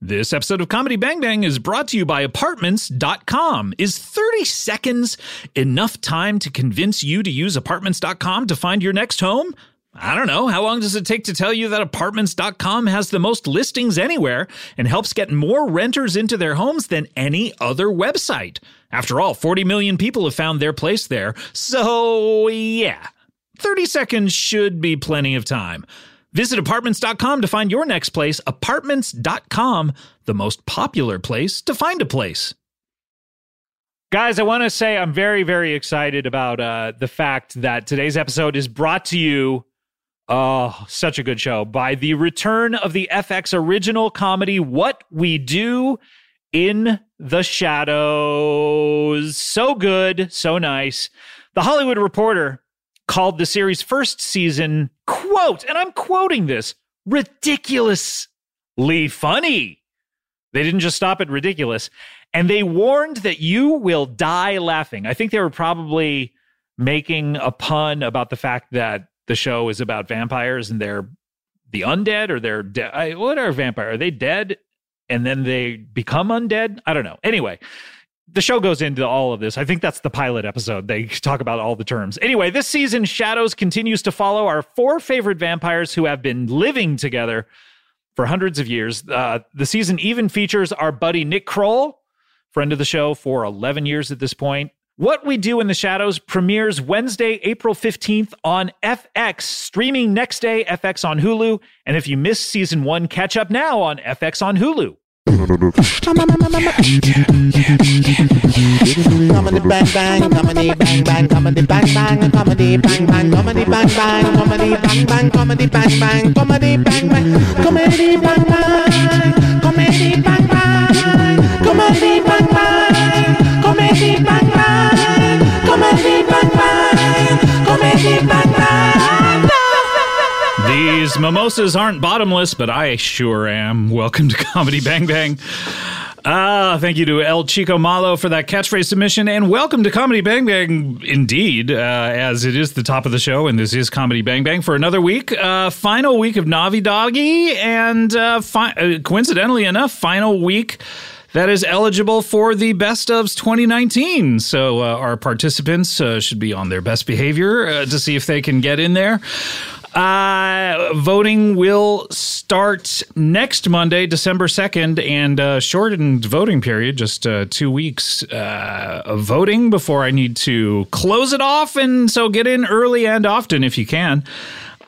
This episode of Comedy Bang Bang is brought to you by Apartments.com. Is 30 seconds enough time to convince you to use Apartments.com to find your next home? I don't know. How long does it take to tell you that Apartments.com has the most listings anywhere and helps get more renters into their homes than any other website? After all, 40 million people have found their place there. So, yeah, 30 seconds should be plenty of time. Visit apartments.com to find your next place. Apartments.com, the most popular place to find a place. Guys, I want to say I'm very, very excited about uh, the fact that today's episode is brought to you. Oh, such a good show by the return of the FX original comedy, What We Do in the Shadows. So good, so nice. The Hollywood Reporter called the series' first season, quote, and I'm quoting this, ridiculously funny. They didn't just stop at ridiculous. And they warned that you will die laughing. I think they were probably making a pun about the fact that the show is about vampires and they're the undead or they're dead. What are vampire? Are they dead? And then they become undead? I don't know. Anyway, the show goes into all of this. I think that's the pilot episode. They talk about all the terms. Anyway, this season, Shadows continues to follow our four favorite vampires who have been living together for hundreds of years. Uh, the season even features our buddy Nick Kroll, friend of the show for 11 years at this point. What We Do in the Shadows premieres Wednesday, April 15th on FX, streaming next day, FX on Hulu. And if you missed season one, catch up now on FX on Hulu. Comedy bang bang, comedy bang bang, comedy bang bang, comedy bang bang, comedy bang bang, comedy bang bang, comedy bang bang, comedy bang bang, comedy bang bang, comedy bang bang, comedy bang bang, comedy bang bang, comedy bang bang, comedy bang bang. These mimosas aren't bottomless, but I sure am. Welcome to Comedy Bang Bang. Ah, thank you to El Chico Malo for that catchphrase submission, and welcome to Comedy Bang Bang, indeed, uh, as it is the top of the show, and this is Comedy Bang Bang for another week. Uh, final week of Navi Doggy, and uh, fi- uh, coincidentally enough, final week that is eligible for the best ofs 2019. So uh, our participants uh, should be on their best behavior uh, to see if they can get in there. Uh, voting will start next Monday, December 2nd, and uh, shortened voting period, just uh, two weeks uh, of voting before I need to close it off. And so get in early and often if you can.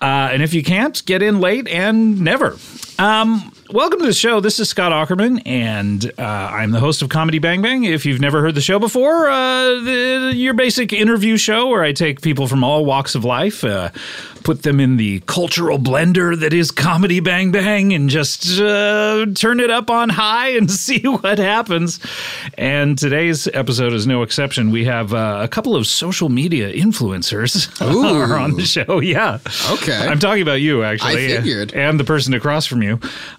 Uh, and if you can't, get in late and never. Um, welcome to the show. This is Scott Ackerman, and uh, I'm the host of Comedy Bang Bang. If you've never heard the show before, uh, the, your basic interview show where I take people from all walks of life, uh, put them in the cultural blender that is Comedy Bang Bang, and just uh, turn it up on high and see what happens. And today's episode is no exception. We have uh, a couple of social media influencers are on the show. Yeah. Okay. I'm talking about you, actually. I figured. And the person across from you.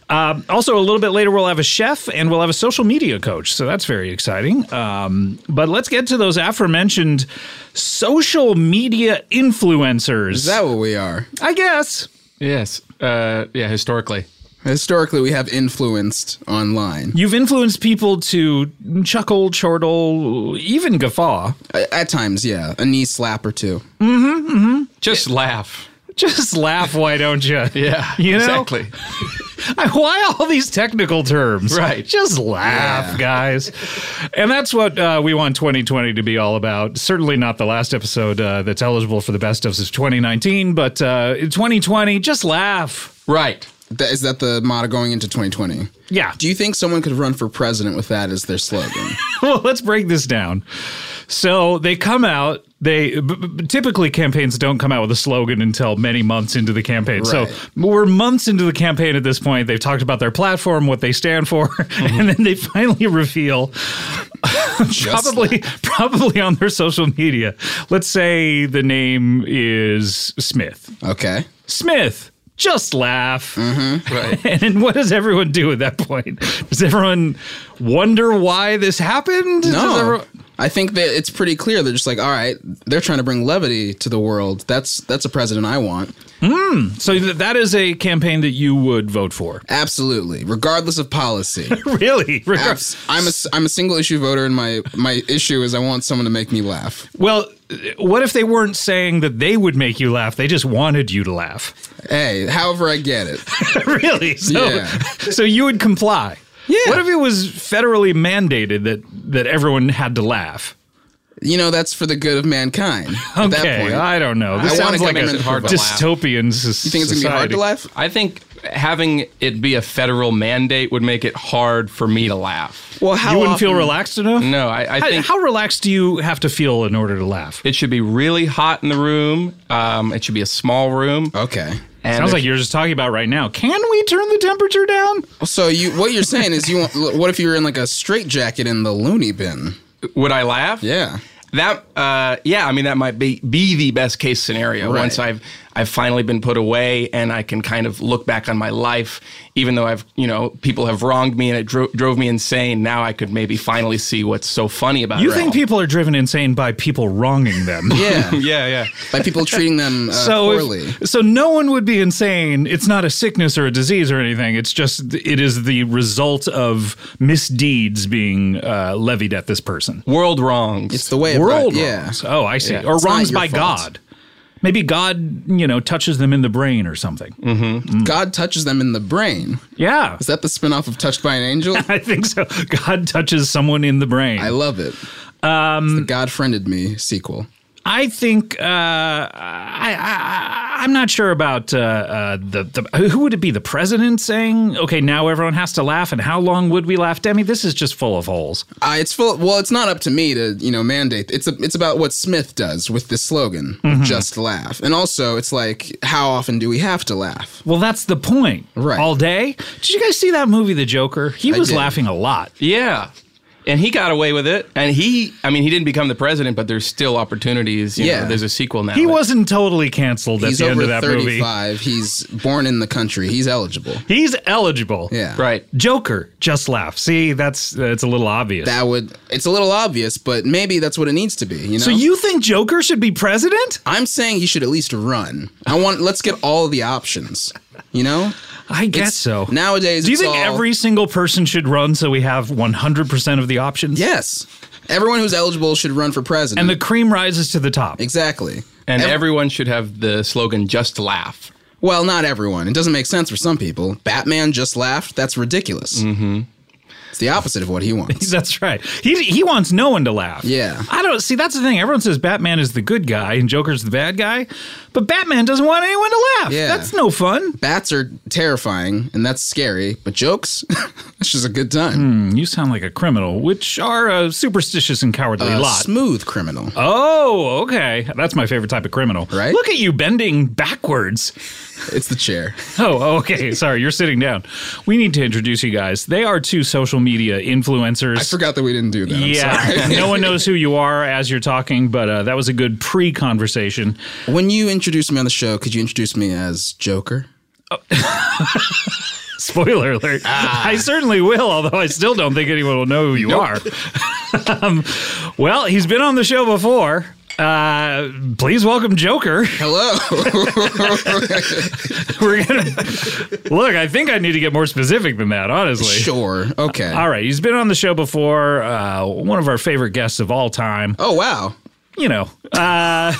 Um, also, a little bit later, we'll have a chef and we'll have a social media coach. So that's very exciting. Um, but let's get to those aforementioned social media influencers. Is that what we are? I guess. Yes. Uh, yeah, historically. Historically, we have influenced online. You've influenced people to chuckle, chortle, even guffaw. A- At times, yeah. A knee slap or two. Just laugh. Just laugh, why don't you? Yeah. You know? Exactly. I- Why all these technical terms? Right. Just laugh, guys. And that's what uh, we want 2020 to be all about. Certainly not the last episode uh, that's eligible for the best of is 2019, but uh, in 2020, just laugh. Right. That, is that the motto going into 2020? Yeah. Do you think someone could run for president with that as their slogan? well, let's break this down. So they come out. They b- b- typically campaigns don't come out with a slogan until many months into the campaign. So Right. we're months into the campaign at this point. They've talked about their platform, what they stand for, and then they finally reveal probably probably on their social media. Let's say the name is Smith. okay. Smith, just laugh. Mm-hmm. Right. And what does everyone do at that point? Does everyone wonder why this happened? Does No. everyone- I think that it's pretty clear they're just like, all right, they're trying to bring levity to the world. That's that's a president I want. So th- that is a campaign that you would vote for. Absolutely, regardless of policy. really? Regardless. Abs- I'm a s- I'm a single issue voter, and my my issue is I want someone to make me laugh. Well, what if they weren't saying that they would make you laugh? They just wanted you to laugh. Hey, however I get it. really? So, Yeah. so you would comply. Yeah. What if it was federally mandated that that everyone had to laugh? You know that's for the good of mankind. At that Okay, point, I don't know. This I wanna sounds like come in a and hard to laugh. dystopian society. you think it's gonna be hard to laugh? I think having it be a federal mandate would make it hard for me to laugh. Well, how You wouldn't feel often- relaxed enough? No, I, I How, think how relaxed do you have to feel in order to laugh? it should be really hot in the room. Um, it should be a small room. Okay. And Sounds if- like you're just talking about right now. Can we turn the temperature down? So you what you're saying is you want what if you were in like a straight jacket in the loony bin? would I laugh? Yeah. That uh, yeah, I mean that might be be the best case scenario Right. once I've I've finally been put away and I can kind of look back on my life, even though I've you know people have wronged me and it dro- drove me insane. Now I could maybe finally see what's so funny about You it. think all. people are driven insane by people wronging them? Yeah. Yeah, yeah. By people treating them uh, So, if- poorly. so no one would be insane. It's not a sickness or a disease or anything. It's just it is the result of misdeeds being uh, levied at this person. World wrongs. It's the way of World life. Yeah. wrongs. Oh, I see. Yeah. Or It's not wrongs your by fault. God. Maybe God, you know, touches them in the brain or something. Mm. Hmm. God touches them in the brain. Yeah, Is that the spinoff of Touched by an Angel? I think so. God touches someone in the brain. I love it. Um, God friended me sequel. I think uh, I, I, I I'm not sure about uh, uh, the the who would it be the president saying okay now everyone has to laugh and how long would we laugh? Demi, this is just full of holes. Uh, it's full. Well, it's not up to me to you know mandate. It's a, it's about what Smith does with this slogan, Mm-hmm. "Just laugh," and also it's like how often do we have to laugh? Well, that's the point. Right. All day. Did you guys see that movie, The Joker? He was did. laughing a lot. yeah. And he got away with it. And he, I mean, he didn't become the president, but there's still opportunities. You Yeah. Know, there's a sequel now. He wasn't totally canceled at He's the end over of that movie. thirty-five. He's born in the country. He's eligible. He's eligible. Yeah, Right. Joker, just laugh. See, that's uh, it's a little obvious. That would. It's a little obvious, but maybe that's what it needs to be. You know. so you think Joker should be president? I'm saying he should at least run. I want. Let's get all the options. You know. I guess It's- so. Nowadays, Do you it's think all- every single person should run so we have 100% of the options? Yes. Everyone who's eligible should run for president. And the cream rises to the top. exactly. And Ev- everyone should have the slogan "Just laugh." Well, not everyone. It doesn't make sense for some people. Batman just laughed. That's ridiculous. Mm-hmm. It's the opposite of what he wants. That's right. He he wants no one to laugh. Yeah. I don't see that's the thing. Everyone says Batman is the good guy and Joker's the bad guy, but Batman doesn't want anyone to laugh. Yeah. That's no fun. Bats are terrifying, and that's scary. But jokes, it's just a good time. Mm, You sound like a criminal, which are a superstitious and cowardly A lot. smooth criminal. Oh, okay. That's my favorite type of criminal. Right? Look at you bending backwards. It's the chair. Oh, okay. Sorry, you're sitting down. We need to introduce you guys. They are two social media influencers. I forgot that we didn't do that. I'm sorry. Yeah, no one knows who you are as you're talking, but uh, that was a good pre-conversation. When you introduced me on the show, could you introduce me as Joker? Spoiler alert! Ah. I certainly will, although I still don't think anyone will know who you are. um, well, he's been on the show before. Uh, please welcome Joker. Hello. We're gonna look. I think I need to get more specific than that, honestly. sure. Okay. All right, he's been on the show before. Uh, one of our favorite guests of all time. Oh wow. You know, uh,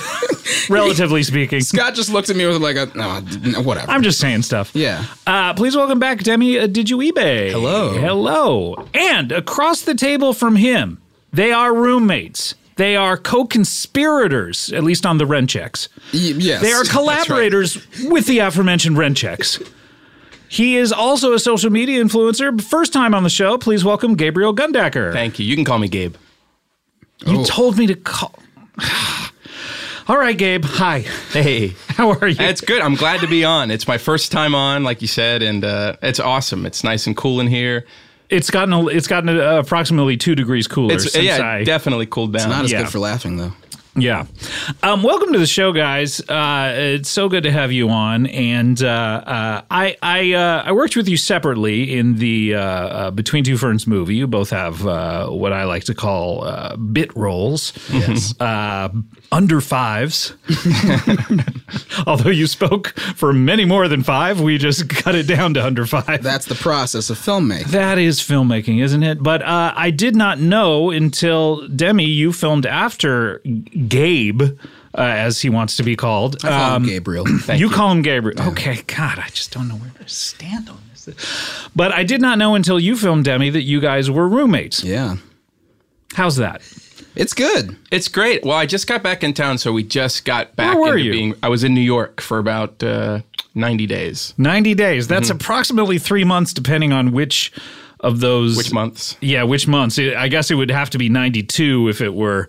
relatively speaking. Scott just looked at me with like a no, no, whatever. I'm just saying stuff. yeah. Uh, please welcome back Demi uh, Did you eBay? Hello. Hello. And across the table from him, they are roommates. They are co-conspirators, at least on the rent checks. Y- yes. They are That's right. collaborators with the aforementioned rent checks. He is also a social media influencer. First time on the show, please welcome Gabriel Gundacker. Thank you. You can call me Gabe. you Oh. told me to call. All right, Gabe. Hi. Hey. How are you? It's good. I'm glad to be on. It's my first time on, like you said, and uh, it's awesome. It's nice and cool in here. It's gotten a, it's gotten uh, approximately two degrees cooler It's since yeah, I definitely cooled down. Not as Yeah. good for laughing though. Yeah. Um, welcome to the show, guys. Uh, it's so good to have you on. And uh, uh, I I, uh, I worked with you separately in the uh, uh, Between Two Ferns movie. You both have uh, what I like to call uh, bit roles, yes. uh, under fives. Although you spoke for many more than five, we just cut it down to under five. That's the process of filmmaking. That is filmmaking, isn't it? But uh, I did not know until Demi, you filmed after G- Gabe, uh, as he wants to be called. I call him Um, Gabriel. you, call him Gabriel. Okay, God, I just don't know where to stand on this. But I did not know until you filmed Demi that you guys were roommates. yeah. How's that? It's good. It's great. Well, I just got back in town, so we just got back were into you? being. I was in New York for about uh, ninety days, 90 days. That's approximately three months, depending on which of those. which months. Yeah, which months? It- I guess it would have to be 92 if it were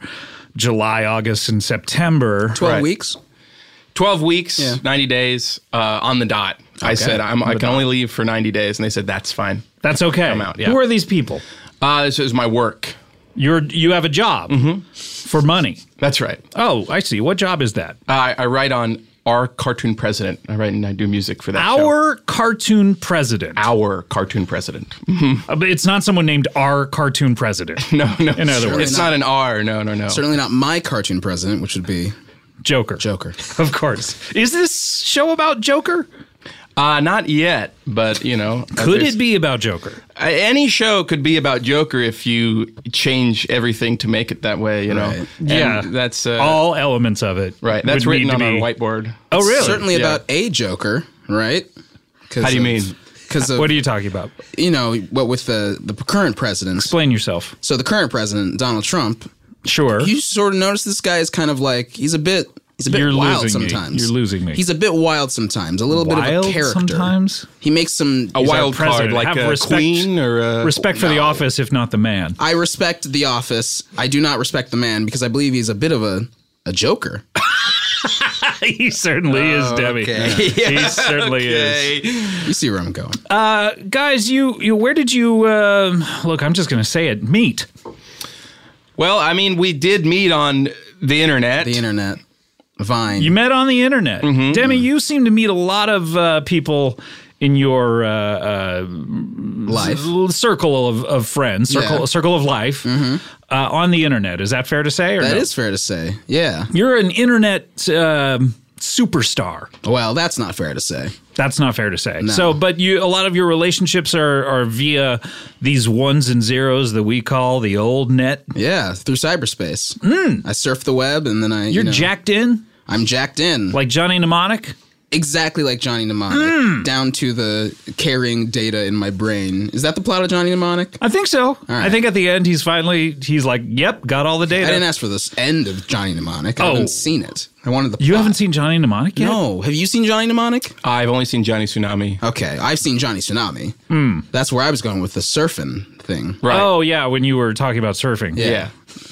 July, August, and September. 12 Right. weeks. 12 weeks, Yeah. 90 days uh, on the dot. I said, I'm, I can only leave for 90 days. And they said, that's fine. That's okay. Come out, yeah. Who are these people? Uh, this is my work. You're you have a job for money. That's right. Uh, Mm-hmm. Oh, I see. What job is that? I, I write on Our Cartoon President. I write and I do music for that show. Our cartoon president. Our Cartoon President. Uh, but It's not someone named our cartoon president. No, no. In other words. it's not an R. No, no, no. Certainly not my cartoon president, which would be Joker. Joker. Of course. Is this show about Joker? Uh, not yet, but you know. Could Uh, there's- it be about Joker? Uh, any show could be about Joker if you change everything to make it that way, you know. Right. And Yeah. That's uh, All elements of it. right. That's would written need on to our be- whiteboard. Oh, really? Certainly Yeah. about a Joker, right? How do you mean? Because of, What are you talking about? you know, what with the, the current presidents. Explain yourself. So the current president, Donald Trump, Sure. you sort of notice this guy is kind of like he's a bit he's a bit You're wild losing me. sometimes. You're losing me. He's a bit wild sometimes. A little bit of Wild a character. sometimes? he makes some. a wild card president. like Have a respect- queen or a Respect for the no. office, if not the man. I respect the office. I do not respect the man because I believe he's a bit of a a joker. he certainly is, Oh, Debbie. He certainly is. You see where I'm going? Uh, guys you, you where did you um look i'm just gonna say it meet Well, I mean, we did meet on the internet. the internet, Vine. you met on the internet Mm-hmm, demi you seem to meet a lot of uh, people in your uh, uh, life. little circle of, of friends circle Yeah. Mm-hmm. circle of life uh, on the internet is that fair to say or That no? is fair to say. Yeah. you're an internet um superstar Well, that's not fair to say. that's not fair to say so but you a lot of your relationships are are via these ones and zeros that we call the old net Yeah, through cyberspace. I surf the web and then I. you Hmm. you're know, jacked in I'm jacked in. like johnny mnemonic exactly like Johnny Mnemonic, Hmm. down to the carrying data in my brain. Is that the plot of Johnny Mnemonic? I think so. I right. think at the end he's finally he's like, "Yep, got all the data." I didn't ask for this end of Johnny Mnemonic. I Oh. haven't seen it. I wanted the. you plot. haven't seen Johnny Mnemonic yet? No, have you seen Johnny Mnemonic? I've only seen Johnny Tsunami. Okay, I've seen Johnny Tsunami. Hmm. That's where I was going with the surfing thing. Right. Oh yeah, when you were talking about surfing, yeah.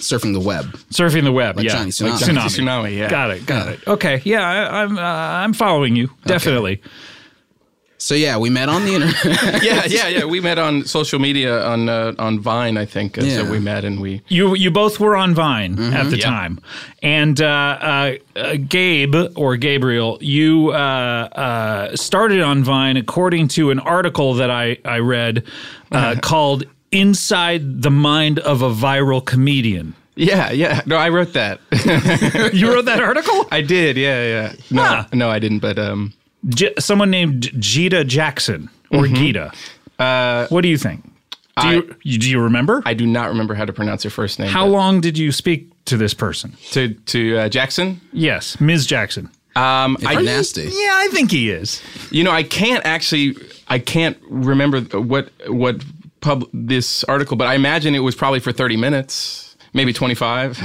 surfing the web. surfing the web, yeah, Johnny Tsunami. Like Johnny Tsunami, yeah. Got it, got it. Okay, yeah, I, I'm uh, I'm following you definitely. So yeah, we met on the internet. yeah, yeah, yeah. We met on social media on uh, on Vine, I think. And Yeah. So we met and we. You you both were on Vine at the Yeah. time, and uh, uh, uh, Gabe or Gabriel, you uh, uh, started on Vine according to an article that I I read uh, called "Inside the Mind of a Viral Comedian." Yeah, yeah. No, I wrote that. You wrote that article? I did. Yeah, yeah. No, Huh. no, I didn't. But um, J- someone named Gita Jackson or Gita. Mm-hmm. Uh, what do you think? Do I- you, you do you remember? I do not remember how to pronounce her first name. How but- long did you speak to this person? to to uh, Jackson? Yes, Ms. Jackson. Um, I, They're nasty. Yeah, I think he is. You know, I can't actually, I can't remember what what pub this article, but I imagine it was probably for thirty minutes, maybe twenty five.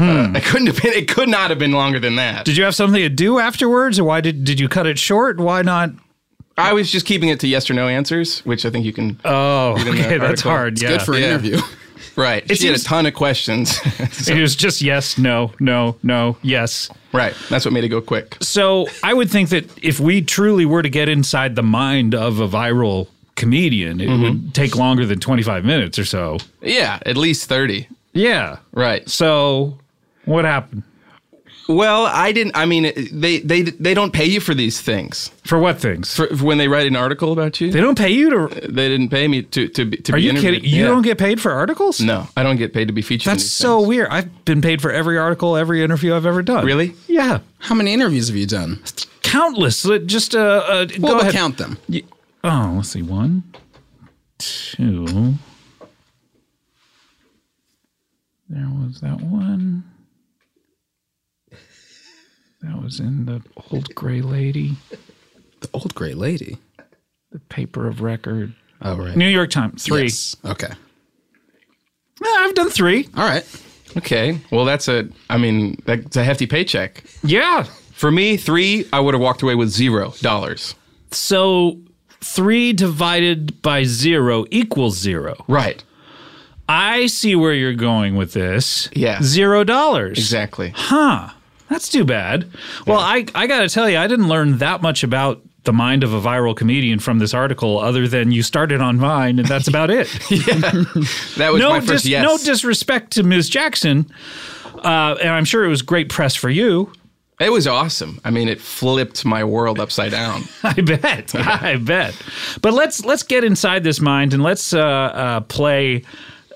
Uh, it couldn't have been. It could not have been longer than that. Did you have something to do afterwards, or why did did you cut it short? Why not? I was just keeping it to yes or no answers, which I think you can. Oh, okay, that's article. hard. yeah, Good for an Yeah. interview. right. She had a seems- ton of questions. it was just yes, no, no, no, yes. right. That's what made it go quick. So I would think that if we truly were to get inside the mind of a viral comedian, it Mm-hmm. would take longer than twenty five minutes or so. Yeah, at least thirty. Yeah, Right. So What happened? Well, I didn't. I mean, they they they don't pay you for these things. For what things? For, for when they write an article about you, they they, don't pay you to. didn't pay me to to be, to Are be you interviewed. kidding? You Yeah. don't get paid for articles? No, I don't get paid to be featured. in That's these so things. weird. I've been paid for every article, every interview I've ever done. Really? Yeah. How many interviews have you done? Countless. Let- Just uh, uh Well, go but ahead. count them. Y- Oh, let's see. One, two. There was that one. That was in the old gray lady, The old gray lady. the paper of record. Oh right. New York Times, three. Yes. Okay. Yeah, I've done three. All right. Okay. Well, that's a. I mean, that's a hefty paycheck. Yeah. For me, three, I would have walked away with zero dollars. So three divided by zero equals zero. Right. I see where you're going with this. Yeah. Zero dollars. Exactly. Huh. That's too bad. Well, I, I got to tell you, I didn't learn that much about the mind of a viral comedian from this article other than you started on Vine and that's about it. That was no, my first dis- yes. no disrespect to Ms. Jackson. Uh, and I'm sure it was great press for you. it was awesome. I mean, it flipped my world upside down. I bet. I bet. But let's let's get inside this mind and let's uh, uh, play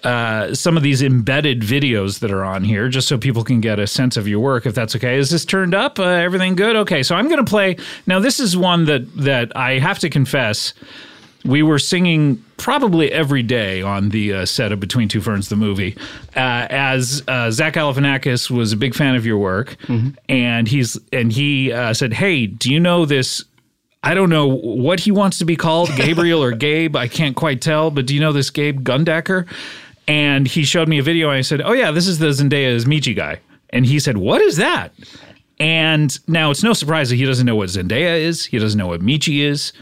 uh, some of these embedded videos that are on here, just so people can get a sense of your work. If that's okay, is this turned up? Uh, everything good? Okay. So I'm going to play. Now this is one that that I have to confess. We were singing probably every day on the uh, set of Between Two Ferns, the movie, uh, as uh, Zach Galifianakis was a big fan of your work, and he's and he uh, said, "Hey, do you know this I don't know what he wants to be called, Gabriel or Gabe. I can't quite tell, but do you know this Gabe Gundacker? And he showed me a video and I said, Oh, yeah, this is the Zendaya as Michi guy. And he said, What is that? And now it's no surprise that he doesn't know what Zendaya is. He doesn't know what Michi is.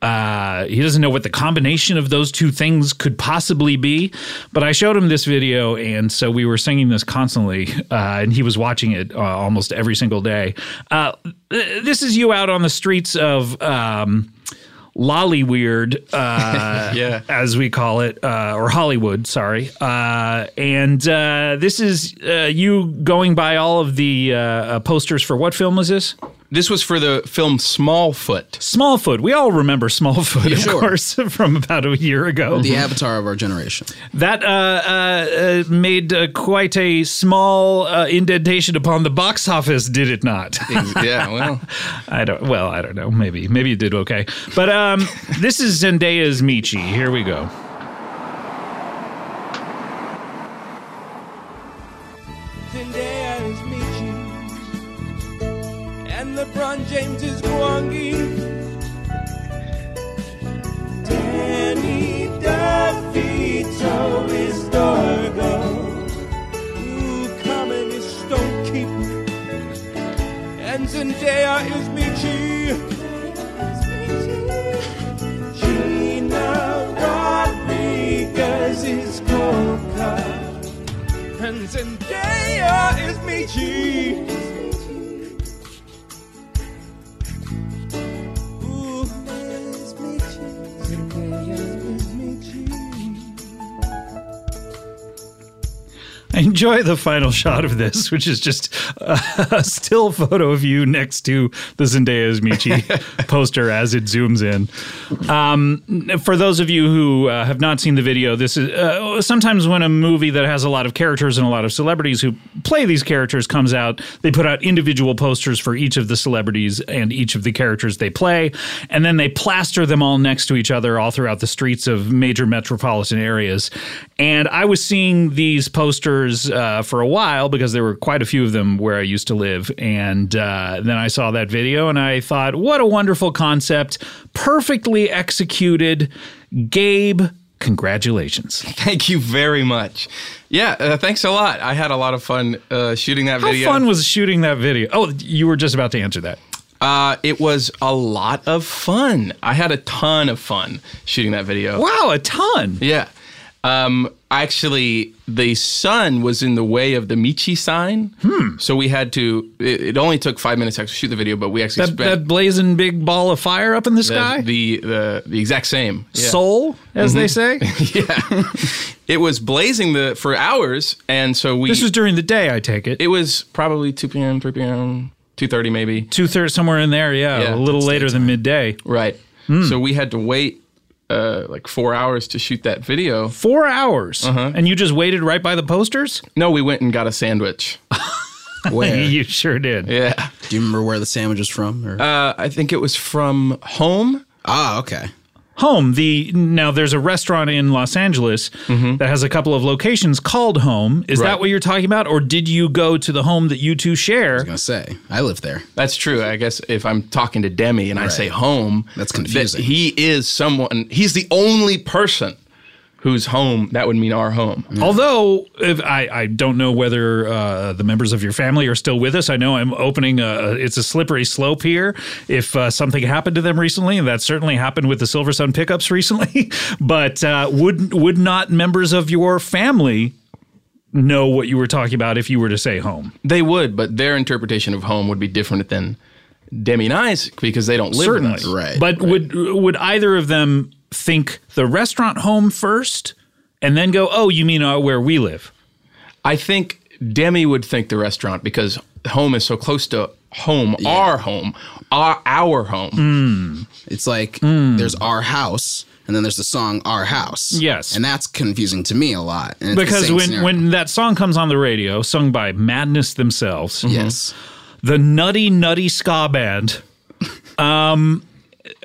Uh, he doesn't know what the combination of those two things could possibly be. But I showed him this video, and so we were singing this constantly, uh, and he was watching it uh, almost every single day. Uh, th- this is you out on the streets of. Um, Lolly Weird, uh, Yeah. as we call it, uh, or Hollywood, sorry. Uh, and uh, this is uh, you going by all of the uh, uh, posters for what film was this? This was for the film Smallfoot. Smallfoot. We all remember Smallfoot, of Sure. course, from about a year ago. The avatar of our generation. That uh, uh, uh, made uh, quite a small uh, indentation upon the box office, did it not? yeah, well, I don't. Well, I don't know. Maybe, maybe it did okay. But um, this is Zendaya's Michi. Here we go. Zendaya is Michi. And LeBron James is Gwangi. Danny DeVito is Dorgo. Ooh, Carmen is Stone Keep. And Zendaya is Michi. Gina Rodriguez is Coca. And Zendaya is Michi. Ooh, is Michi. Zendaya is Michi. Enjoy the final shot of this, which is just a still photo of you next to the Zendaya's Michi poster as it zooms in. Um, for those of you who uh, have not seen the video, this is uh, sometimes when a movie that has a lot of characters and a lot of celebrities who play these characters comes out, they put out individual posters for each of the celebrities and each of the characters they play, and then they plaster them all next to each other all throughout the streets of major metropolitan areas. And I was seeing these posters uh, for a while because there were quite a few of them where I used to live, and uh, then I saw that video and I thought, what a wonderful concept, perfectly executed, Gabe. Congratulations. thank you very much. Yeah, uh, thanks a lot. I had a lot of fun uh, shooting that How video. fun was shooting that video? Oh, you were just about to answer that. Uh, it was a lot of fun. I had a ton of fun shooting that video. Wow, a ton. Yeah. Um, actually the sun was in the way of the Michi sign. Hmm. So we had to. It, it only took five minutes to actually shoot the video, but we actually That, that spent blazing big ball of fire up in the sky? the, the the the exact same. Yeah. Mm-hmm. Soul, as they say. yeah, it was blazing the for hours, and so we. this was during the day, I take it. it was probably two p.m., three p.m., two thirty maybe. Two thirds somewhere in there, yeah. Yeah, a little it's later than midday. Right. Hmm. So we had to wait uh, like four hours to shoot that video. Four hours, Uh-huh. and you just waited right by the posters. No, we went and got a sandwich. Where? You sure did. Yeah. Do you remember where the sandwich was from? Or? Uh, I think it was from home. ah, okay. Home. The now there's a restaurant in Los Angeles that has a couple of locations called Home. Is that Mm-hmm. Right. what you're talking about, or did you go to the home that you two share? I'm gonna say I live there. That's true. I guess if I'm talking to Demi and I Right. say home, That's that confusing. he is someone, he's the only person whose home that would mean our home. Hmm. Although if I, I don't know whether uh, the members of your family are still with us. I know I'm opening a it's a slippery slope here. If uh, something happened to them recently, and that certainly happened with the Silver Sun pickups recently, but uh, would would not members of your family know what you were talking about if you were to say home? They would, but their interpretation of home would be different than Demi and I's because they don't live Certainly, with us. Right, But would would either of them think the restaurant home first, and then go, oh, you mean uh, where we live? I think Demi would think the restaurant because home is so close to home, our home, our our home. Mm. It's like Hmm. there's our house, and then there's the song "Our House." Yes. and that's confusing to me a lot. And it's the because same when scenario. when that song comes on the radio, sung by Madness themselves, yes, the nutty nutty ska band. Um,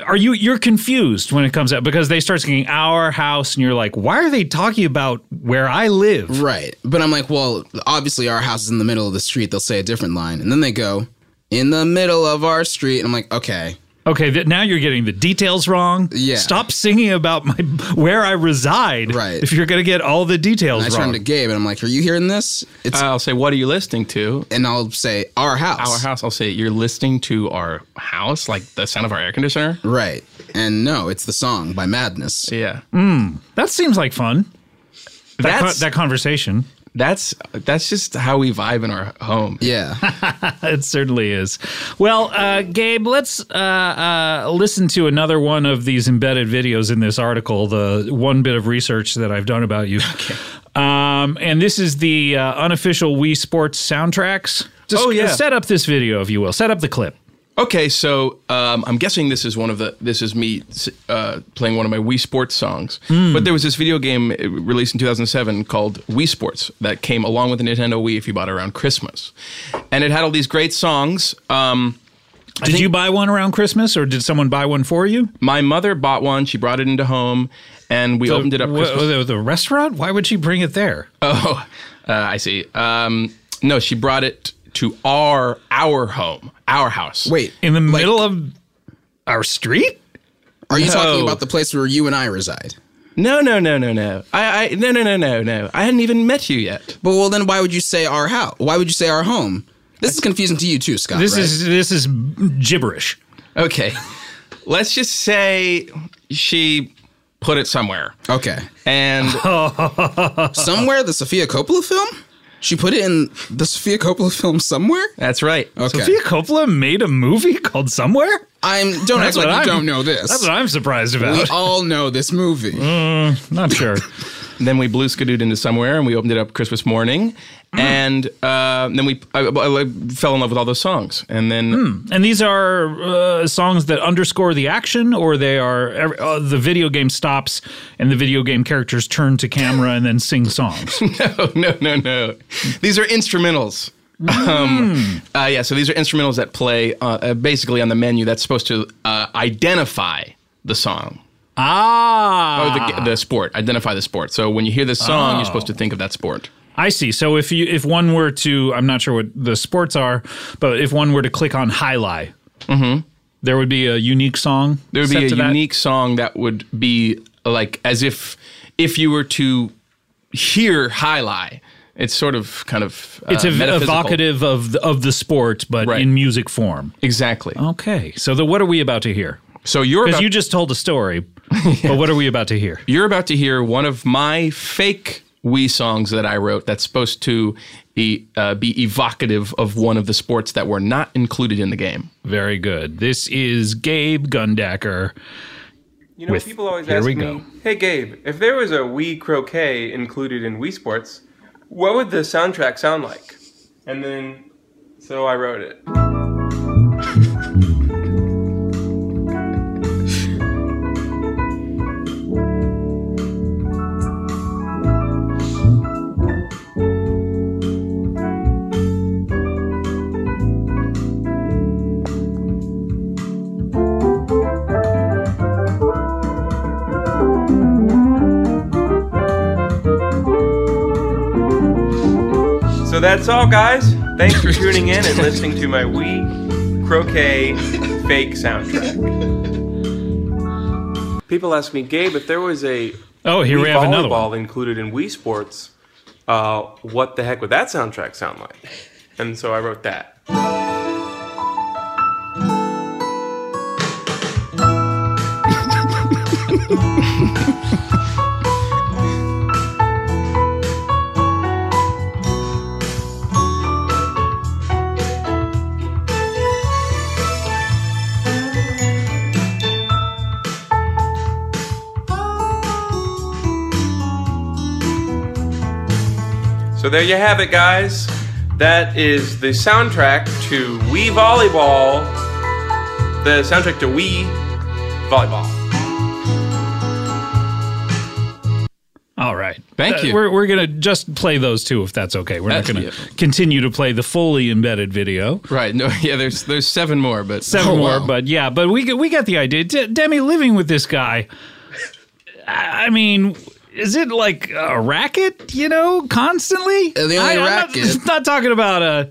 are you you're confused when it comes out because they start singing our house and you're like, why are they talking about where I live? right. But I'm like, well, obviously our house is in the middle of the street. They'll say a different line, and then they go in the middle of our street. And I'm like, okay, Okay, th- now you're getting the details wrong. Yeah. stop singing about my where I reside. Right. if you're gonna get all the details I turn wrong. Uh, to Gabe and I'm like, "Are you hearing this?" It's Uh, I'll say, what are you listening to? and I'll say, "Our house." Our house. I'll say, you're listening to our house, like the sound of our air conditioner. Right. And no, it's the song by Madness. Yeah, that seems like fun. Mm. That con- that's that conversation. that's that's just how we vibe in our home. Yeah. It certainly is. Well, uh, Gabe, let's uh, uh, listen to another one of these embedded videos in this article, the one bit of research that I've done about you. Okay. Um, and this is the uh, unofficial Wii Sports soundtracks. Just Oh, yeah. Set up this video, if you will. Set up the clip. Okay, so um, I'm guessing this is one of the this is me uh, playing one of my Wii Sports songs. But there was this video game uh, released in 2007 called Wii Sports that came along with the Nintendo Wii if you bought it around Christmas, and it had all these great songs. Um, Did you buy one around Christmas, or did someone buy one for you? my mother bought one; she brought it into home, and we opened it up. Wha- Christmas. the, the restaurant? Why would she bring it there? Oh, uh, I see. Um, no, she brought it to our our home, our house. Wait. in the middle of our street? Are you talking No. about the place where you and I reside? No, no, no, no, no. I, I no, no, no, no, no. I hadn't even met you yet. But well, then why would you say our house? Why would you say our home? This is confusing to you too, Scott. This right? is this is gibberish. Okay. Let's just say she put it somewhere. okay. And Somewhere the Sophia Coppola film. She put it in the Sophia Coppola film somewhere. that's right. Okay. Sophia Coppola made a movie called Somewhere? I'm. Don't act like you don't know this. That's what Mm. I'm surprised we about. uh, all know this movie. Not sure. Then we blew Skidooed into somewhere and we opened it up Christmas morning. And uh, then we I, I- I fell in love with all those songs. And then and these are uh, songs that underscore the action, or they are ev- uh, the video game stops and the video game characters turn to camera and then sing songs. Oh, no, no, no. These are instrumentals. Um, uh, yeah, so these are instrumentals that play uh, uh, basically on the menu that's supposed to uh, identify the song. ah, or the, the sport, identify the sport. So when you hear this song, you're supposed to think of that sport. I see. So if you if one were to, I'm not sure what the sports are, but if one were to click on Highlight, there would be a unique song. Mm-hmm. There would set be a to that? unique song that would be like as if if you were to hear High Lie. It's sort of kind of uh, It's ev- metaphysical. evocative of the, of the sport, but Right. in music form. Exactly. Okay. So the, what are we about to hear? So you're Because about, Oh. you just told a story, but what are we about to hear? you're about to hear one of my fake we songs that I wrote that's supposed to be, uh, be evocative of one of the sports that were not included in the game. Very good. This is Gabe Gundacker. You know, With- people always here ask we me, go. "Hey, Gabe, if there was a Wii croquet included in Wii Sports, what would the soundtrack sound like?" And then, so I wrote it. So that's all, guys. Thanks for tuning in and listening to my Wii croquet fake soundtrack. People ask me, Gabe, if there was a Oh, here Wii we have another volleyball one. included in Wii Sports, uh, what the heck would that soundtrack sound like? And so I wrote that. So there you have it, guys. That is the soundtrack to Wii Volleyball. The soundtrack to Wii Volleyball. All right. Uh, Thank you. We're, we're going to just play those two if that's okay. We're That's- not going yeah. to continue to play the fully embedded video. Right. No, yeah, there's there's seven more, but seven Oh, more, wow. but yeah, but we get- we got the idea. De- Demi living with this guy. I I mean, is it like a racket? You know, constantly. Uh, the only I, I'm not- racket- Not, talking about uh, a.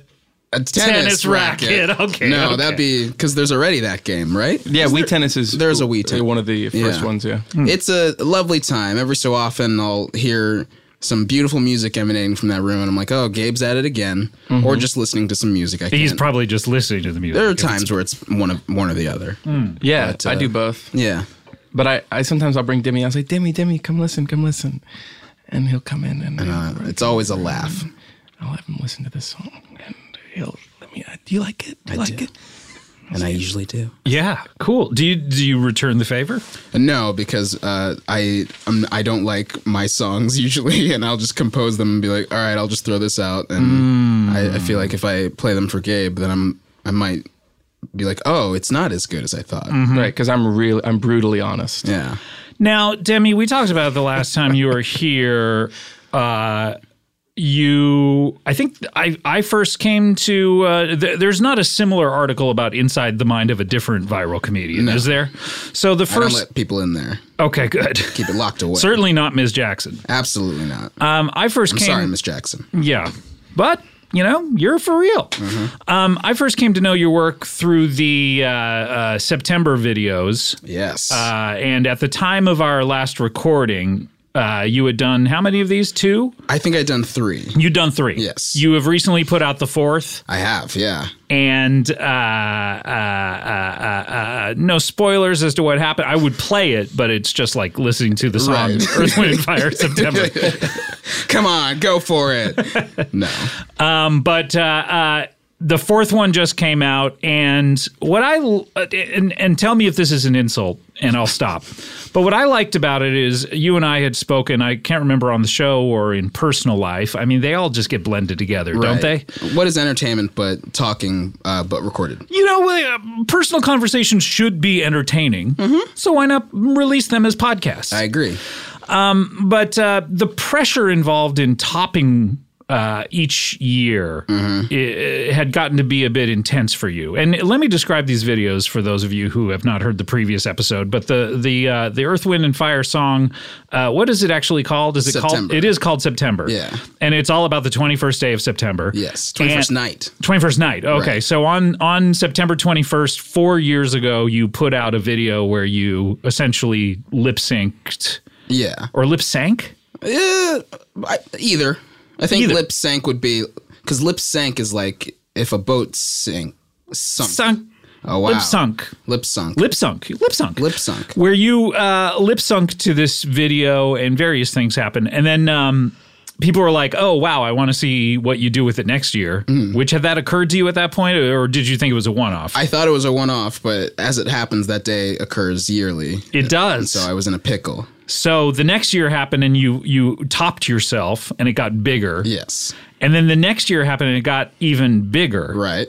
A tennis, Tennis racket. Okay, No, okay. that'd be because there's already that game, right? yeah, Wii Tennis is there's a Wii Tennis. one of the first Yeah. ones. Yeah. Hmm. It's a lovely time. Every so often, I'll hear some beautiful music emanating from that room, and I'm like, "Oh, Gabe's at it again," or just listening to some music. I He's can't- probably just listening to the music. There are times where it's one of one or the other. Hmm. Yeah, But, I uh, do both. Yeah. But I, I sometimes I'll bring Demi. I'll say, Demi, Demi, come listen, come listen, and he'll come in and, Uh, it's always a laugh. I'll have him listen to this song, and he'll let me. uh, Do you like it? Do you like do. it? And I usually do. Yeah, cool. Do you do you return the favor? No, because uh, I um, I don't like my songs usually, and I'll just compose them and be like, all right, I'll just throw this out, and I, I feel like if I play them for Gabe, then I'm I might be like, oh, it's not as good as I thought. Mm-hmm. Right, because I'm really, I'm brutally honest. Yeah, Now, Demi, we talked about it the last time you were here. Uh, you, I think I, I first came to. Uh, th- there's not a similar article about inside the mind of a different viral comedian, is there? So the I don't first, let people in there. okay, good. Keep it locked away. Certainly not Ms. Jackson. Absolutely not. Um, I 1st I'm came. sorry, Miss Jackson. Yeah. But, you know, you're for real. Mm-hmm. Um, I first came to know your work through the uh, uh, September videos. Yes. Uh, and at the time of our last recording, uh, you had done how many of these? Two? I think I've done three. You'd done three. Yes. You have recently put out the fourth. I have. Yeah. And uh, uh, uh, uh, uh, no spoilers as to what happened. I would play it, but it's just like listening to the song Right. Earth, Wind, and Fire September. Come on, go for it. no. but uh, uh, the fourth one just came out, and what I uh, and, and tell me if this is an insult, and I'll stop. But what I liked about it is you and I had spoken. I can't remember on the show or in personal life. I mean, they all just get blended together, don't they? Right. What is entertainment but talking uh, but recorded? You know, well, uh, personal conversations should be entertaining, so why not release them as podcasts? I agree. but uh, the pressure involved in topping uh, each year Mm-hmm. i- i- had gotten to be a bit intense for you. And let me describe these videos for those of you who have not heard the previous episode. But the the uh, the Earth, Wind, and Fire song, uh, what is it actually called? Is it called? September. It is called September. Yeah. and it's all about the twenty first day of September. Yes. Twenty first And- night. 21st night. Okay. Right. So on on September 21st, 4 years ago, you put out a video where you essentially lip synced Yeah. or lip sank? Uh, I, either. I think Either. lip sync would be because lip sync is like if a boat sink sunk. Sunk. Oh wow. Lip sunk. Lip sunk. Lip sunk. Lip sunk. Lip sunk. Where you uh, lip sunk to this video and various things happen. And then um, people were like, "Oh wow, I want to see what you do with it next year." Which had that occurred to you at that point, or did you think it was a one-off? Hmm. I thought it was a one off, but as it happens, that day occurs yearly. it does. So I was in a pickle. So the next year happened, and you you topped yourself, and it got bigger. Yes. And then the next year happened, and it got even bigger. Right.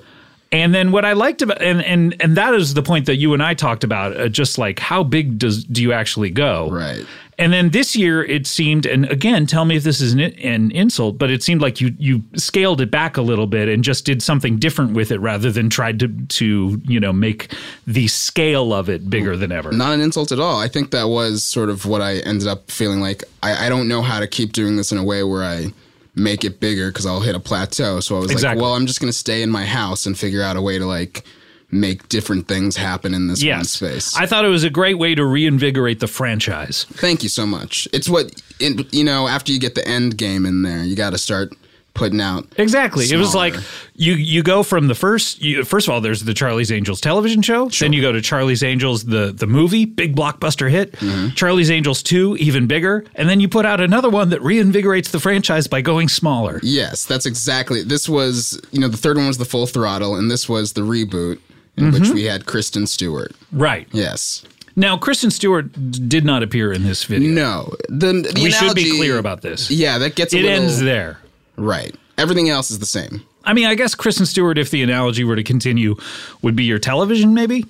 And then what I liked about and and and that is the point that you and I talked about, uh, just like how big does do you actually go? Right. And then this year it seemed, and again, tell me if this is an, an insult, but it seemed like you you scaled it back a little bit and just did something different with it rather than tried to to you know make the scale of it bigger than ever. Not an insult at all. I think that was sort of what I ended up feeling like. I, I don't know how to keep doing this in a way where I make it bigger because I'll hit a plateau. So I was Exactly. like, well, I'm just going to stay in my house and figure out a way to like make different things happen in this one yes, space. I thought it was a great way to reinvigorate the franchise. Thank you so much. It's what it, you know. After you get the end game in there, you got to start putting out. Exactly. It was Smaller. like you you go from the first you, first of all there's the Charlie's Angels television show, then you go to Charlie's Angels the the movie, big blockbuster hit. Mm-hmm. Charlie's Angels 2 even bigger, and then you put out another one that reinvigorates the franchise by going smaller. Yes, that's exactly. This was you know the third one was the full throttle, and this was the reboot in Mm-hmm. which we had Kristen Stewart. Right. Yes. Now Kristen Stewart d- did not appear in this video. No. The, the we should be analogy- clear about this. Yeah, that gets a it little, ends there. Right. Everything else is the same. I mean, I guess Kristen Stewart if the analogy were to continue would be your television maybe?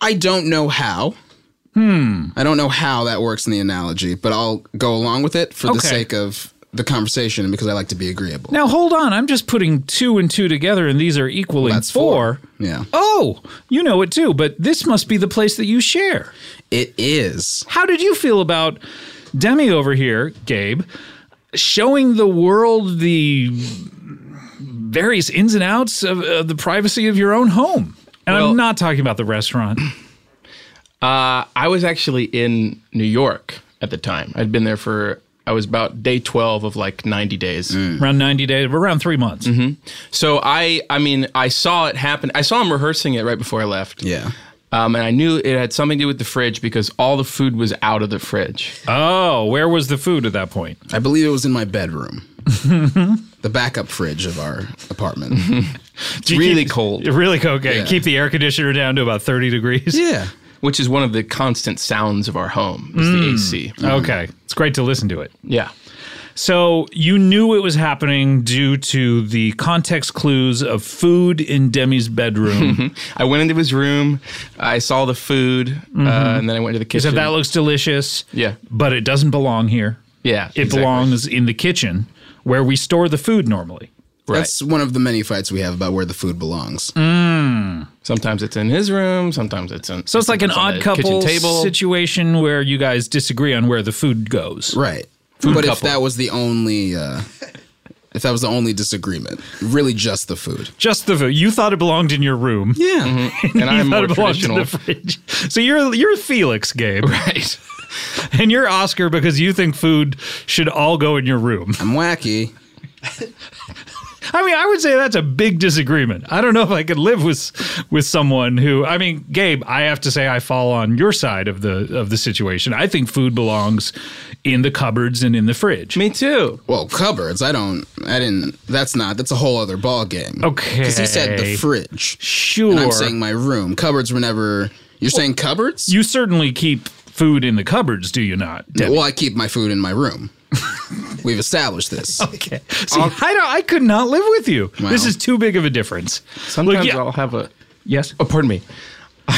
I don't know how. Hmm. I don't know how that works in the analogy, but I'll go along with it for the Okay. sake of the conversation and because I like to be agreeable. Now hold on, I'm just putting 2 and 2 together and these are equaling That's four. 4. Yeah. Oh, you know it too, but this must be the place that you share. It is. How did you feel about Demi over here, Gabe, showing the world the various ins and outs of uh, the privacy of your own home? And Well- I'm not talking about the restaurant. I was actually in New York at the time. I'd been there for I was about day 12 of like 90 days. Mm. around 90 days, around three months. Mm-hmm. So I I mean, I saw it happen. I saw him rehearsing it right before I left. Yeah. Um, and I knew it had something to do with the fridge because all the food was out of the fridge. Uh, Oh, where was the food at that point? I believe it was in my bedroom. the backup fridge of our apartment. It's really cold, Really okay. Yeah. Keep the air conditioner down to about 30 degrees. yeah. which is one of the constant sounds of our home, is Mm. the AC. Okay. It's great to listen to it. Yeah. So you knew it was happening due to the context clues of food in Demi's bedroom. I went into his room. I saw the food, uh, and then I went to the He kitchen. said Mm-hmm. that looks delicious. Yeah. But it doesn't belong here. yeah, It exactly. belongs in the kitchen where we store the food normally. Right. That's one of the many fights we have about where the food belongs. sometimes it's in his room. Sometimes it's in. So it's like an on the odd couple kitchen table. situation where you guys disagree on where the food goes. Right. but if couple. that was the only uh, if that was the only disagreement, really just the food. Just the food. You thought it belonged in your room. Yeah. and Thought I'm more it belonged in traditional. the fridge. So you're you're Felix, Gabe, right. and you're Oscar because you think food should all go in your room. I'm wacky. I mean, I would say that's a big disagreement. I don't know if I could live with with someone who. I mean, Gabe, I have to say I fall on your side of the of the situation. I think food belongs in the cupboards and in the fridge. Me too. Well, cupboards. I don't. I didn't. That's not. That's a whole other ball game. Okay. Because he said the fridge. Sure. And I'm saying my room. Cupboards were never. You're saying cupboards? you certainly keep food in the cupboards, do you not? Debbie? well, I keep my food in my room. We've established this. Okay. See, I don't. I could not live with you. This is too big of a difference. Sometimes yeah- I'll have a. Yes. Oh, pardon me.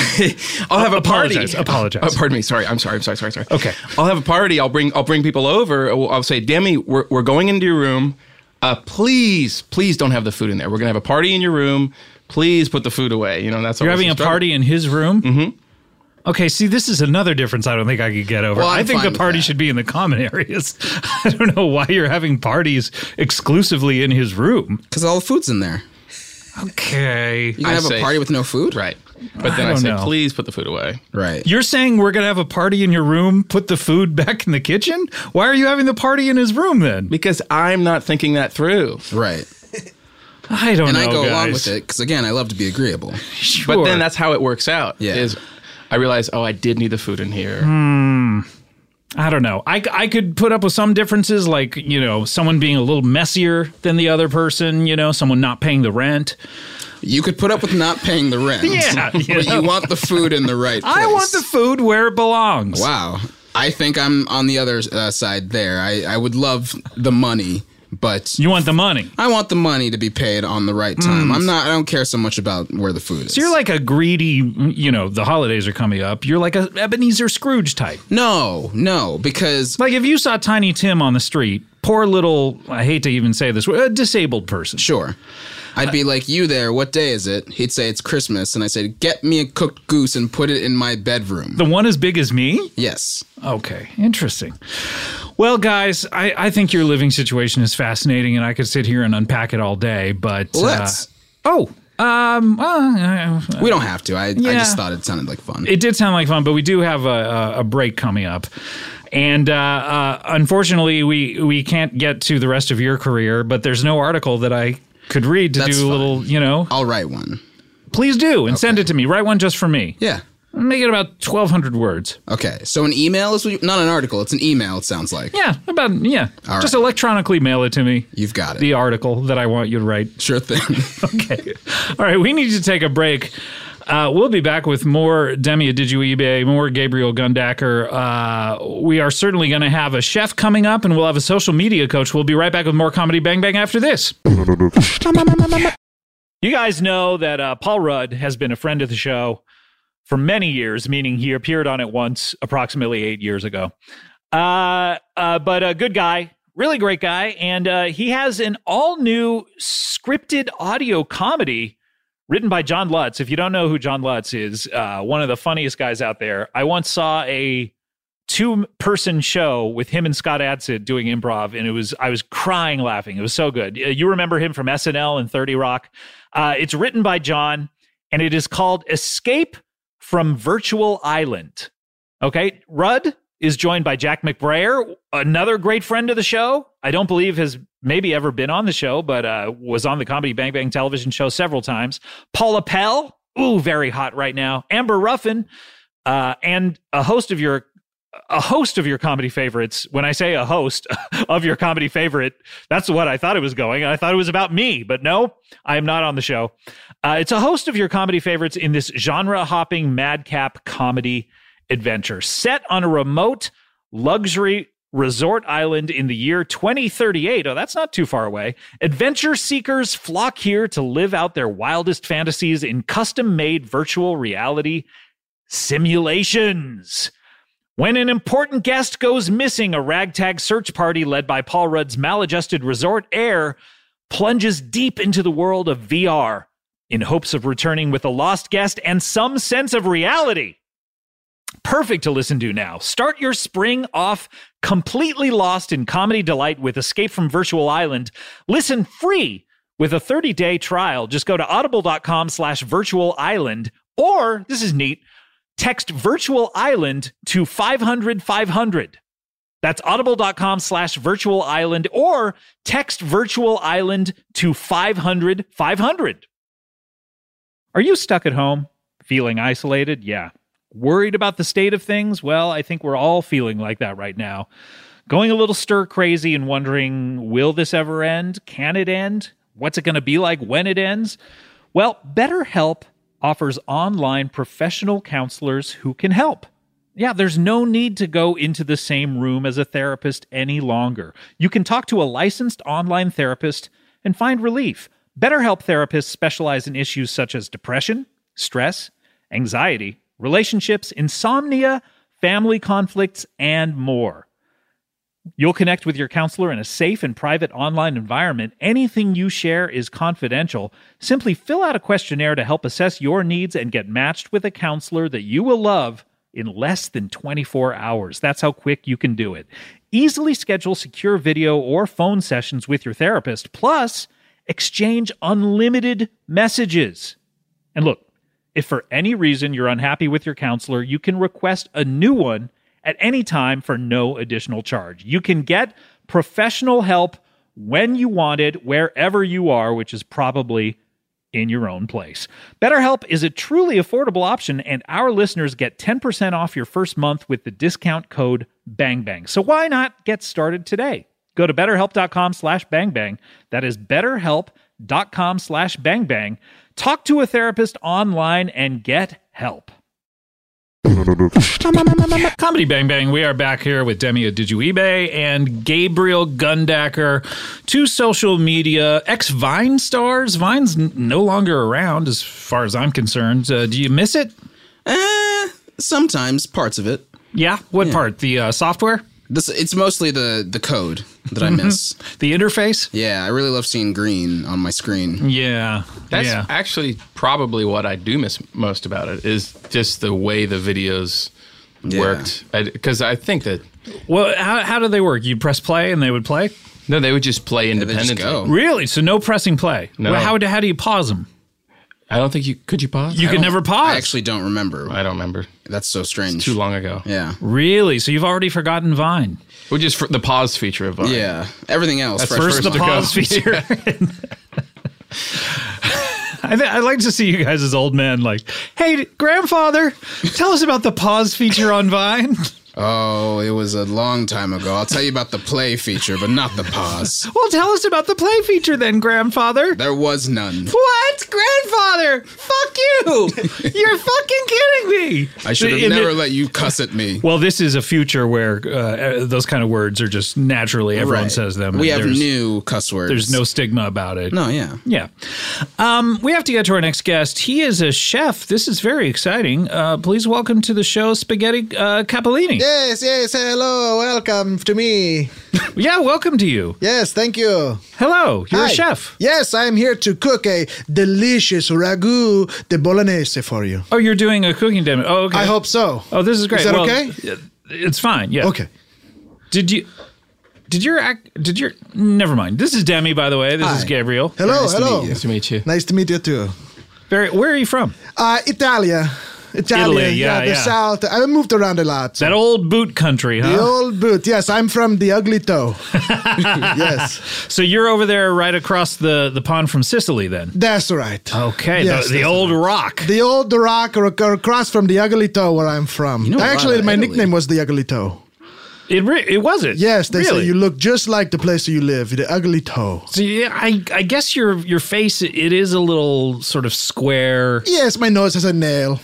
I'll have a party. Apologize, apologize. Oh, pardon me. Sorry. I'm sorry. I'm sorry. Sorry. Sorry. Okay. I'll have a party. I'll bring. I'll bring people over. I'll I'll say, Demi, we're, we're going into your room. Uh, please, please don't have the food in there. We're gonna have a party in your room. Please put the food away. You know that's. You're always having a struggle. party in his room. Mm-hmm. Okay, see, this is another difference I don't think I could get over. Well, I'm I think fine the with party that. should be in the common areas. I don't know why you're having parties exclusively in his room. Because all the food's in there. Okay. You can I have say- a party with no food? Right. But then I I, don't say, know. please put the food away. Right. You're saying we're going to have a party in your room, put the food back in the kitchen? Why are you having the party in his room then? Because I'm not thinking that through. right. I don't And know. I go guys. along with it because again, I love to be agreeable. Sure. But then that's how it works out. Yeah. Is I realize, oh, I did need the food in here. I don't know. I, I could put up with some differences, like, you know, someone being a little messier than the other person, you know, someone not paying the rent. You could put up with not paying the rent. Yeah, you but know. you want the food in the right place. I want the food where it belongs. Wow. I think I'm on the other uh, side there. I, I would love the money, but You want the money. I want the money to be paid on the right time. I'm not. I don't care so much about where the food is. Hmm. So you're like a greedy, you know, the holidays are coming up. You're like a Ebenezer Scrooge type. no, no, because Like if you saw Tiny Tim on the street, poor little, I hate to even say this, a disabled person. sure, I'd be like you there. What day is it? He'd say it's Christmas, and I said, get me a cooked goose and put it in my bedroom. The one as big as me? yes. Okay, interesting. Well, guys, I, I think your living situation is fascinating, and I could sit here and unpack it all day. But uh, Let's. oh, um, uh, we don't have to. I, I yeah. just thought it sounded like fun. it did sound like fun, but we do have a, a, a break coming up. And uh, uh, unfortunately, we, we can't get to the rest of your career, but there's no article that I could read to That's do a little, you know. I'll write one. Please do and send it to me. Write one just for me. Yeah. Make it about 1,200 words. Okay. So an email is what you, not an article. It's an email. It sounds like Yeah, about, yeah. All just right. electronically mail it to me. you've got it. the article that I want you to write. sure thing. Okay. All right, we need to take a break. Uh, we'll be back with more Demi Adijuibe, more Gabriel Gundaker. Uh, we are certainly going to have a chef coming up, and we'll have a social media coach. We'll be right back with more Comedy Bang Bang after this. You guys know that uh, Paul Rudd has been a friend of the show for many years, meaning he appeared on it once approximately eight years ago. Uh, uh, but a good guy, really great guy. And uh, he has an all new scripted audio comedy written by John Lutz. If you don't know who John Lutz is, uh, one of the funniest guys out there. I once saw a two person show with him and Scott Adsit doing improv, and it was I was crying laughing. It was so good. Uh, You remember him from SNL and Thirty Rock. Uh, it's written by John, and it is called Escape from Virtual Island. Okay, Rudd is joined by Jack McBrayer, another great friend of the show. I don't believe has maybe ever been on the show, but uh, was on the Comedy Bang Bang television show several times. Paula Pell, ooh, very hot right now. Amber Ruffin, uh, and a host of your a host of your comedy favorites. When I say a host of your comedy favorite, that's what I thought it was going. I thought it was about me, but no, I am not on the show. Uh, it's a host of your comedy favorites in this genre hopping madcap comedy adventure set on a remote luxury resort island in the year 2038. Oh, that's not too far away. Adventure seekers flock here to live out their wildest fantasies in custom made virtual reality simulations. When an important guest goes missing, a ragtag search party led by Paul Rudd's maladjusted resort heir plunges deep into the world of VR in hopes of returning with a lost guest and some sense of reality. Perfect to listen to now. Start your spring off completely lost in comedy delight with Escape from Virtual Island. Listen free with a 30-day trial. Just go to audible.com slash virtual island or, this is neat, text virtual island to 500 500 that's audible.com slash virtual island or text virtual island to 500 500 are you stuck at home feeling isolated yeah worried about the state of things well i think we're all feeling like that right now going a little stir crazy and wondering will this ever end can it end what's it going to be like when it ends well, BetterHelp offers online professional counselors who can help. Yeah, there's no need to go into the same room as a therapist any longer. You can talk to a licensed online therapist and find relief. BetterHelp therapists specialize in issues such as depression, stress, anxiety, relationships, insomnia, family conflicts, and more. You'll connect with your counselor in a safe and private online environment. Anything you share is confidential. Simply fill out a questionnaire to help assess your needs and get matched with a counselor that you will love in less than 24 hours. That's how quick you can do it. Easily schedule secure video or phone sessions with your therapist. Plus, exchange unlimited messages. And look, if for any reason you're unhappy with your counselor, you can request a new one at any time for no additional charge. You can get professional help when you want it, wherever you are, which is probably in your own place. BetterHelp is a truly affordable option, and our listeners get 10% off your first month with the discount code BANGBANG. So why not get started today? Go to betterhelp.com slash bangbang. That is betterhelp.com slash bangbang. Talk to a therapist online and get help. Comedy Bang Bang, we are back here with Demi Adijuibe and Gabriel Gundacker, two social media ex Vine stars. Vine's n- no longer around, as far as I'm concerned. Uh, do you miss it? Eh, sometimes parts of it. Yeah. What part? The uh, software? This it's mostly the the code that I Mm-hmm. miss. The interface? yeah, I really love seeing green on Mm-hmm. my screen. Yeah. That's yeah. actually probably what I do miss most about it is just the way the videos worked. Because I, think that well, how, how do they work? You press play and they would play? no, they would just play They independently. just go. Really? So no pressing play? No. Well, how, do- how do you pause them? I don't think you could you pause. You I can don't- never pause. I actually don't remember. I don't remember. That's so strange. Too long ago. Yeah. Really? So you've already forgotten Vine? Which is for the pause feature of uh, Vine. Yeah. Everything else. fresh first, fruit. the to go. pause feature. I th- I'd like to see you guys as old men, like, hey, grandfather, tell us about the pause feature on Vine. Oh, it was a long time ago. I'll tell you about the play feature, but not the pause. Well, tell us about the play feature then, grandfather. There was none. What? Grandfather, fuck you. You're fucking kidding me. I should have In the- never let you cuss at me. well, this is a future where uh, uh, those kind of words are just naturally everyone Right. says them. We and have there's, new cuss words. There's no stigma about it. No, yeah. Yeah. Um, we have to get to our next guest. He is a chef. This is very exciting. Uh, please welcome to the show Spaghetti uh, Capolini. Yeah. Yes, yes, hello, welcome to me. welcome to you. Yes, thank you. Hello, you're Hi. a chef. Yes, I'm here to cook a delicious ragu de bolognese for you. Oh, you're doing a cooking demo. Oh, okay. I hope so. Oh, this is great. Is that Well, okay? uh, It's fine. Yeah. Okay. Did you? Did your act? Did your? Never mind. This is Demi, by the way. This is Hi. Gabriel. Hello, hello. Oh. Nice to meet you. Nice to meet you too. Very, where are you from? Uh, Italia. Italia, Italy, yeah, the yeah. south. I moved around a lot. That old boot country, the huh? old boot. Yes, I'm from the ugly toe. yes, So you're over there, right across the the pond from Sicily, then. that's right. Okay. Yes, the the that's old rock. The old rock or, or across from the ugly toe where I'm from. know a lot Actually, about my Italy. nickname was the ugly toe. It re- it was it. Yes, they really? say you look just like the place you live, the ugly toe. So, yeah, I I guess your your face it is a little sort of square. Yes, my nose has a nail.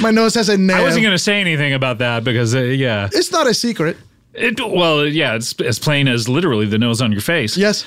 my nose has a nail. I wasn't going to say anything about that because uh, yeah, it's not a secret. it well yeah, it's as plain as literally the nose on your face. Yes.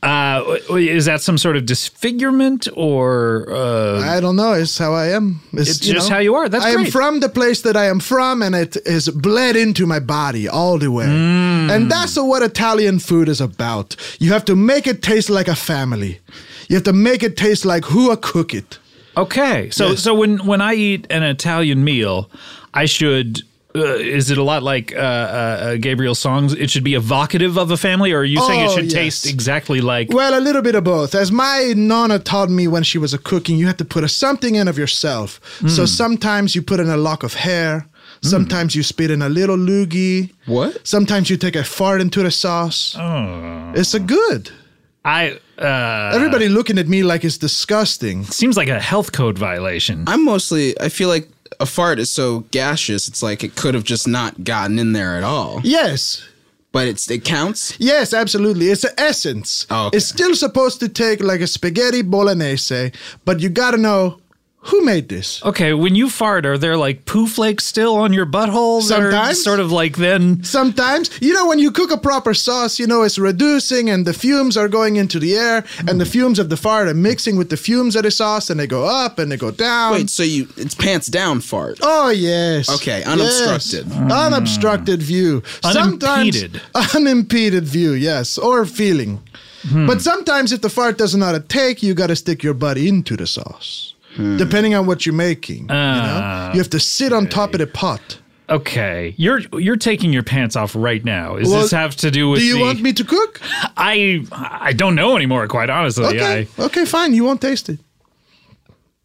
Uh, w- w- is that some sort of disfigurement or uh, I don't know. It's how I am. It's just how you are. That's I am great. from the place that I am from, and it is bled into my body all the way. Mm. And that's what Italian food is about. You have to make it taste like a family. You have to make it taste like who cook it. okay? So so when when I eat an Italian meal, I should. Uh, is it a lot like uh, uh, uh, Gabriel's songs? It should be evocative of a family, or are you saying it Oh, should yes. taste exactly like? Well, a little bit of both. As my nonna taught me when she was a cooking, you have to put a something in of yourself. So Hmm. sometimes you put in a lock of hair. Sometimes you spit in a little loogie. What? Sometimes you take a fart into the sauce. Oh. It's a good. I Ah. uh, Everybody looking at me like it's disgusting. seems like a health code violation. I'm mostly, I feel like a fart is so gaseous, it's like it could have just not gotten in there at all. Yes. But it's it counts. Yes, absolutely. It's an essence. Oh, okay. It's still supposed to take like a spaghetti bolognese, but you gotta know who made this. Okay, when you fart, are there like poo flakes still on your butthole? that are Sometimes. sort of like then. Sometimes, you know, when you cook a proper sauce, you know, it's reducing and the fumes are going into the air and the fumes of the fart are mixing with the fumes of the sauce and they go up and they go down. Wait, so you it's pants down fart. Um, Oh, yes. Okay, unobstructed. Yes. Unobstructed view. Unimpeded. Sometimes, unimpeded view, yes, or feeling. But sometimes if the fart doesn't know how to take, you got to stick your butt into the sauce. Hmm. Depending on what you're making, you know, you have to sit on top of the pot. Okay, you're you're taking your pants off right now. Is Well, this have to do with Do you the? want me to cook? I I don't know anymore. Quite honestly, Okay, I okay, fine. You won't taste it.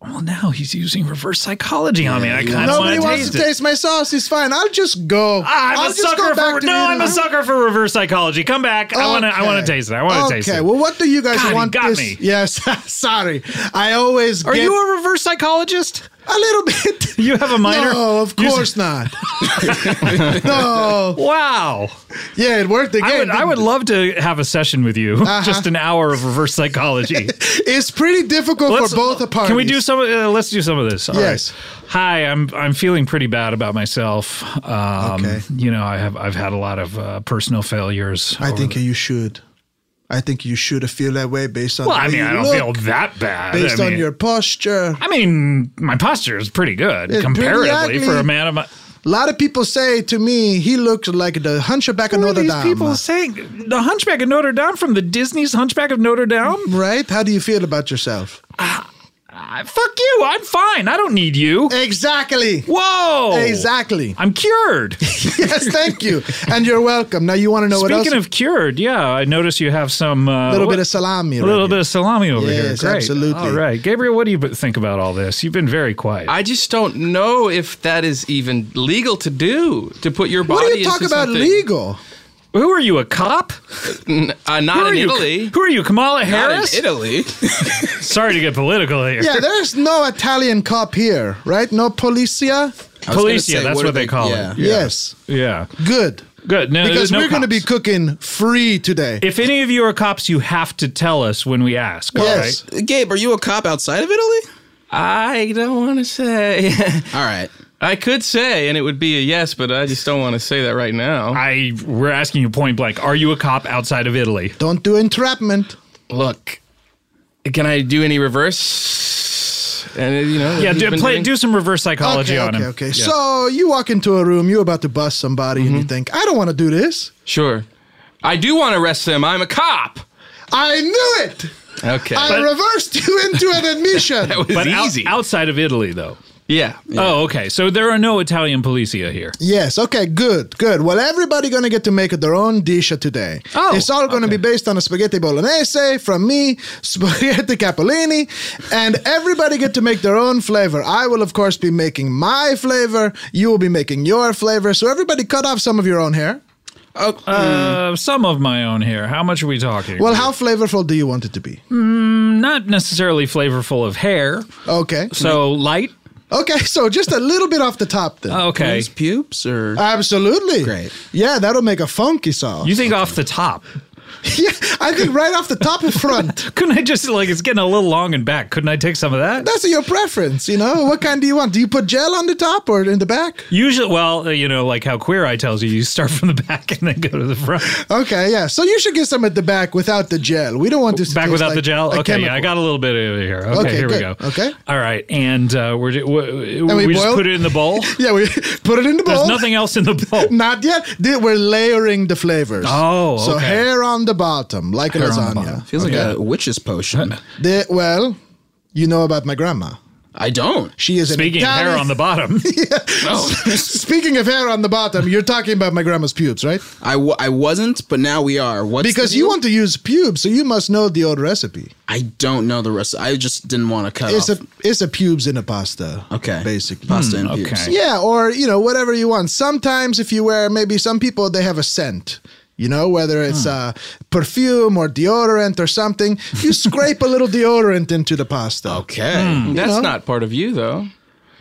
well, now he's using reverse psychology on me. I kind of want Nobody to wants taste to it. Ah, taste my sauce. It's fine. I'll just go. I'm will a sucker for no. I'm a sucker for reverse psychology. Come back. I want to. I want to taste it. I want to okay. taste Okay. it. Well, what do you guys God, he want? got this? me. Yes. Sorry. I always Are get you a reverse psychologist? a little bit. You have a minor? No, of You s- course not. no. Wow. Yeah, it worked again. I would, I didn't would love to have a session with you. Uh-huh. Just an hour of reverse psychology. it? It's pretty difficult Let's- for both the parties. Can we do some? Uh, let's do some of this. All right. Yes. Hi, I'm I'm feeling pretty bad about myself. Um, Okay. You know, I have I've had a lot of uh, personal failures. I over think the- you should. I think you should feel that way based on. Well, the I way mean, you I don't look, feel that bad. based I on mean- your posture. I mean, my posture is pretty good It's pretty comparatively for ugly. a man of my. A lot of people say to me, he looks like the Hunchback of What are Notre these Dame. people saying? The Hunchback of Notre Dame from the Disney's Hunchback of Notre Dame? Right? How do you feel about yourself? I- fuck you. I'm fine. I don't need you. Exactly. Whoa. Exactly. I'm cured. yes, thank you. And you're welcome. Now you want to know what Speaking else? of cured, yeah, I notice you have some uh, a little what- bit of salami. a little right bit of salami over Yes, here. Great. absolutely. All right, Gabriel, what do you b- think about all this? You've been very quiet. I just don't know if that is even legal to do to put your here. body. What do you into talk about something. legal? Who are you? A cop? Uh, Who not are in you? Italy. Who are you? Kamala Not in Harris? Italy. Sorry to get political here. Yeah, there's no Italian cop here, right? No policia? I was gonna Policia, that's what are they call it. yeah. Yes. Yeah. Good. Good. No, Because there's no we're going to be cops. cooking free today. If any of you are cops, you have to tell us when we ask. all Yes. right? Gabe, are you a cop outside of Italy? I don't want to say. All right. I could say, and it would be a yes, but I just don't want to say that right now. I we're asking you point blank. Are you a cop outside of Italy? Don't do entrapment. Look, can I do any reverse? And uh, you know, Yeah, you've do, been play, doing- do some reverse psychology okay, on okay, him. okay. Yeah. Mm-hmm. So you walk into a room, you're about to bust somebody, and you think, I don't want to do this. Sure, I do want to arrest them. I'm a cop. I knew it. Okay, I reversed you into an admission. that was but out- easy. outside of Italy, though. yeah. Oh, okay. So there are no Italian policia here. yes. Okay. Good. Good. Well, everybody gonna get to make their own dish today. Oh, it's all gonna be based on a spaghetti bolognese from me, spaghetti cappellini, and everybody get to make their own flavor. I will, of course, be making my flavor. You will be making your flavor. So everybody, cut off some of your own hair. Oh, Uh, some of my own here. How much are we talking? Well, how flavorful do you want it to be? not necessarily flavorful of hair. Okay. So light. Okay. So just a little bit off the top then. Okay. these pubes or Absolutely. Great. Yeah, that'll make a funky sauce. You think off the top? yeah, I think right off the top of front. Couldn't I just like it's getting a little long and back? Couldn't I take some of that? That's your preference, you know? What kind do you want? Do you put gel on the top or in the back? Usually, well, you know, like how Queer Eye tells you, you start from the back and then go to the front. Okay, yeah. So you should get some at the back without the gel. We don't want this to Back taste without like the gel. a Okay, yeah, I chemical. got a little bit over here. Okay, Okay, here we go. good. Okay. all right, and uh, we're ju- we, we, we just boil? put it in the bowl. Yeah, we put it in the bowl. There's nothing else in the bowl. Not yet. Th- We're layering the flavors. Oh, so okay. hair on the bottom, like a on the bottom. lasagna. feels like a witch's potion. The- well, you know about my grandma. I don't. She is Speaking an of hair Italian- on the bottom, Speaking of hair on the bottom, you're talking about my grandma's pubes, right? I, w- I wasn't, but now we are. What's Because the you deal? want to use pubes, so you must know the old recipe. I don't know the rest. I just didn't want to cut It's off. a it's a pubes in a pasta. okay. basically. Hmm. pasta and pubes. Hmm, okay. Yeah, or you know whatever you want. Sometimes if you wear, maybe some people they have a scent. You know, whether it's Hmm. uh, perfume or deodorant or something, you scrape a little deodorant into the pasta. Okay. Hmm. That's not part of you, though.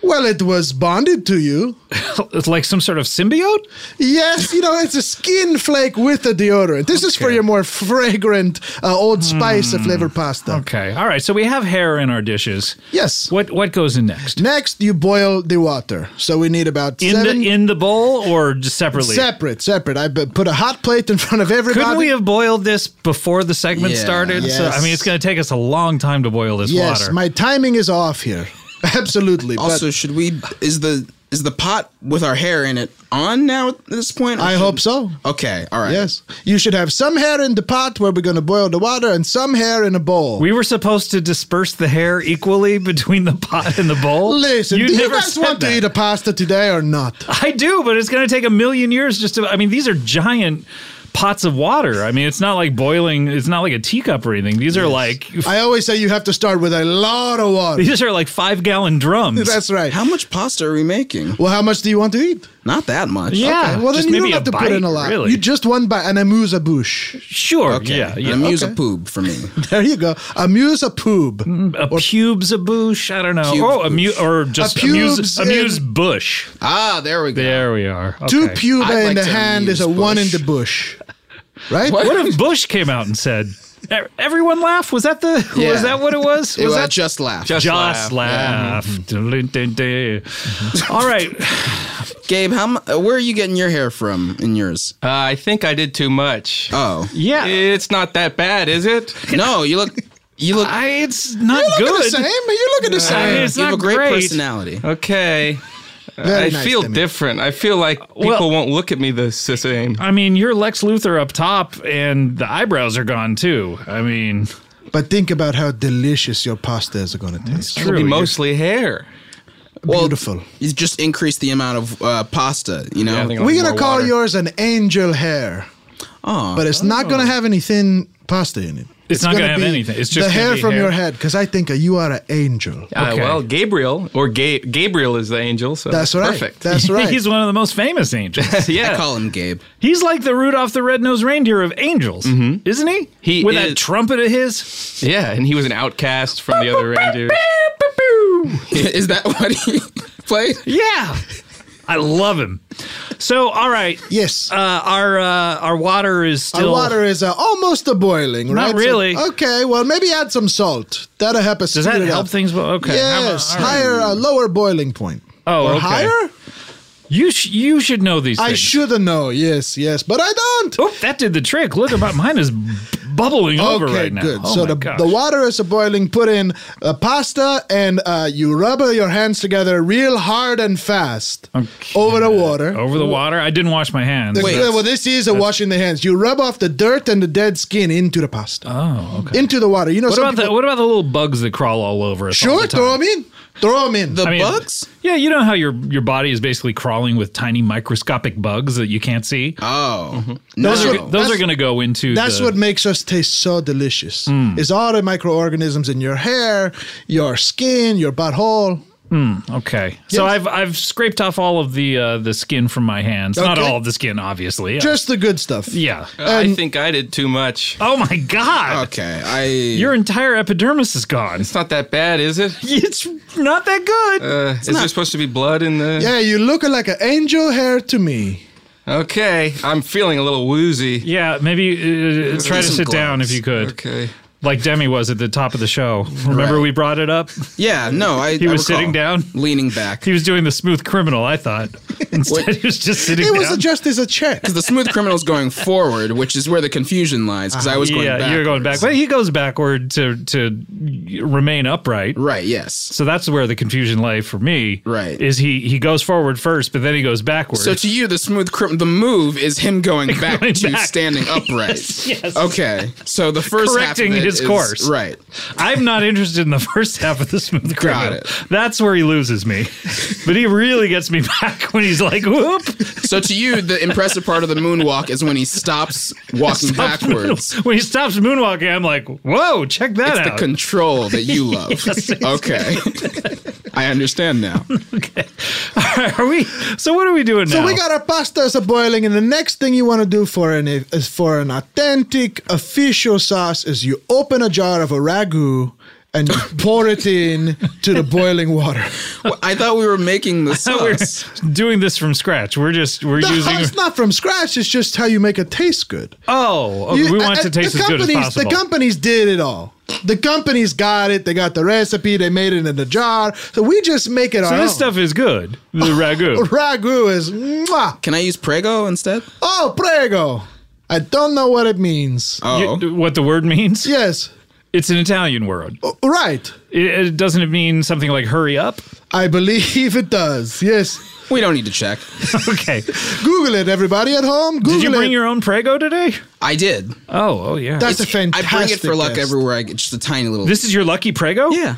Well, it was bonded to you. it's like some sort of symbiote. Yes, you know, it's a skin flake with a deodorant. This is for your more fragrant uh, Old Hmm. Spice flavored pasta. Okay, all right. So we have hair in our dishes. Yes. What what goes in next? Next, you boil the water. So we need about in seven. the in the bowl or just separately? separate, separate. I bu- put a hot plate in front of everybody. Couldn't we have boiled this before the segment Yeah. started? So, I Yes. mean, it's going to take us a long time to boil this Yes, water. my timing is off here. Absolutely. Also, but should we? Is the is the pot with our hair in it on now at this point? or I should- hope so. Okay. All right. Yes. You should have some hair in the pot where we're going to boil the water and some hair in a bowl. we were supposed to disperse the hair equally between the pot and the bowl. Listen, you do you never guys said want that. to eat a pasta today or not? I do, but it's going to take a million years just to. I mean, these are giant pots of water. I mean, it's not like boiling. It's not like a teacup or anything. These are like I always say you have to start with a lot of water. these are like five gallon drums. That's right. How much pasta are we making? Well, how much do you want to eat? Not that much. Yeah. well, just then you maybe don't have a to put in bite, a lot. really. You just one bite and amuse a bush. sure. Okay. Yeah. Yeah. And Amuse Okay. a poob for me. There you go. Amuse a poob. a pubes a bush. I don't know. Pubes oh, a amuse or just A amuse pubes amuse in- bush. ah, there we go. There we are. Two Okay. puba I'd in like the to hand is a amuse one in bush. the bush. Right? What? What if Bush came out and said, "E- "Everyone laugh"? Was that the? Yeah. Was that what it was? Was It was that just laugh. Mm-hmm. Just just laugh? Dun, dun, dun. All right. Gabe, how mu- uh, where are you getting your hair from in yours? Uh, I think I did too much. Oh. Yeah. It's not that bad, is it? No, you look you look I, it's not you look good. the same. You look the same. I mean, it's you have not a great, great. personality. Okay. Very I nice, feel Timmy. different. I feel like people well- won't look at me the s- same. I mean, you're Lex Luthor up top, and the eyebrows are gone too. I mean, But think about how delicious your pastas are going to taste. true. It'll be You're- mostly hair. Beautiful. You just increase the amount of uh, pasta, you know? I think I'll We're have going more to call water. yours an angel hair. Aw. But it's not going oh. to have any thin pasta in it. It's not gonna gonna have be anything. It's just the gonna hair be from hair. your head because I think you are an angel. Ah, Okay. well, Gabriel or Ga- Gabriel is the angel, so That's right. Perfect. That's right. He's one of the most famous angels. yeah. I call him Gabe. He's like the Rudolph the Red-Nosed Reindeer of angels, Mm-hmm. isn't he? He With is. that trumpet of his. yeah, and he was an outcast from the other reindeer. Is that what he played? Yeah. I love him. So, all right. yes. Uh, our uh, our water is Our still. water is uh, almost a boiling, right? Not So- really. okay, well, maybe add some salt. That'll help us. Does speed that it help up. things? Well, Okay. how about- Yes, all right. higher, uh, lower boiling point. Oh, or okay. higher? You sh- you should know these. I things. should have known. Yes, yes, but I don't. Oh, that did the trick. Look, about mine is b- bubbling over okay, right now. good. Oh so my the, gosh. the water is boiling. Put in the pasta, and uh, you rub your hands together real hard and fast over the water. over the water. I didn't wash my hands. Wait, well, this is a washing the hands. You rub off the dirt and the dead skin into the pasta, Oh, okay. into the water. You know What some about the people- what about the little bugs that crawl all over us? all Sure, the time? throw them in. Throw them in. The I mean, bugs? Yeah, you know how your your body is basically crawling with tiny microscopic bugs that you can't see. Oh. Mm-hmm. Those No. are those are That's- going to go into. That's the- Mm. what makes us taste so delicious. Is all the microorganisms in your hair, your skin, your butthole. Okay. So I've I've scraped off all of the uh, the skin from my hands. Not Okay. all of the skin, obviously. Uh, Just the good stuff. yeah. Uh, I think I did too much. Oh my god. Okay. I Your entire epidermis is gone. It's not that bad, is it? It's not that good. Uh, is there supposed to be blood in the? Yeah, you look like an angel hair to me. Okay, I'm feeling a little woozy. yeah, maybe uh, try to some sit down if gloves. you could. Okay. Like Demi was at the top of the show. Remember Right. we brought it up? Yeah, no, I He I was sitting recall. down? Leaning back. He was doing the smooth criminal, I thought. Instead, he was just sitting It down. was a, just as a check. Because the smooth criminal's going forward, which is where the confusion lies, because I was going yeah, back. you're going back. But he goes backward to to remain upright. Right, yes. So that's where the confusion lay for me. Right. Is he he goes forward first, but then he goes backwards. So to you, the smooth crim- the move is him going back Going to back. standing upright. yes. Okay, so the first Correcting half of it his is- course. Right. I'm not interested in the first half of the smooth criminal. it. That's where he loses me. But he really gets me back when he's like, whoop. So to you, the impressive part of the moonwalk is when he stops walking Stops moon- backwards. when he stops moonwalking, I'm like, whoa, check that It's the out. control that you love. okay, I understand now. are we? So what are we doing So now? we got our pastas are boiling, and the next thing you want to do for an is for an authentic official sauce is you open a jar of a ragu and you pour it in to the boiling water. Well, I thought we were making the we're sauce. doing this from scratch. We're just we're No, it's using. not from scratch. It's just how you make it taste good. Oh, okay, You- we want uh, it to taste the as good as companies- possible. The companies did it all. The companies got it. They got the recipe. They made it in the jar. So we just make it so our this own. stuff is good. The ragu. Ragu is mwah. Can I use prego instead? Oh, prego. I don't know what it means. Oh, You- what the word means? Yes, It's an Italian word. Oh. right. It, it doesn't it mean something like hurry up? I believe it does. Yes. we don't need to check. Okay. Google it, everybody at home. Google Did you bring it. your own prego today? I did. Oh, oh yeah. That's a I fantastic. bring it for luck test. everywhere. I get just a tiny little. this is your lucky prego? yeah.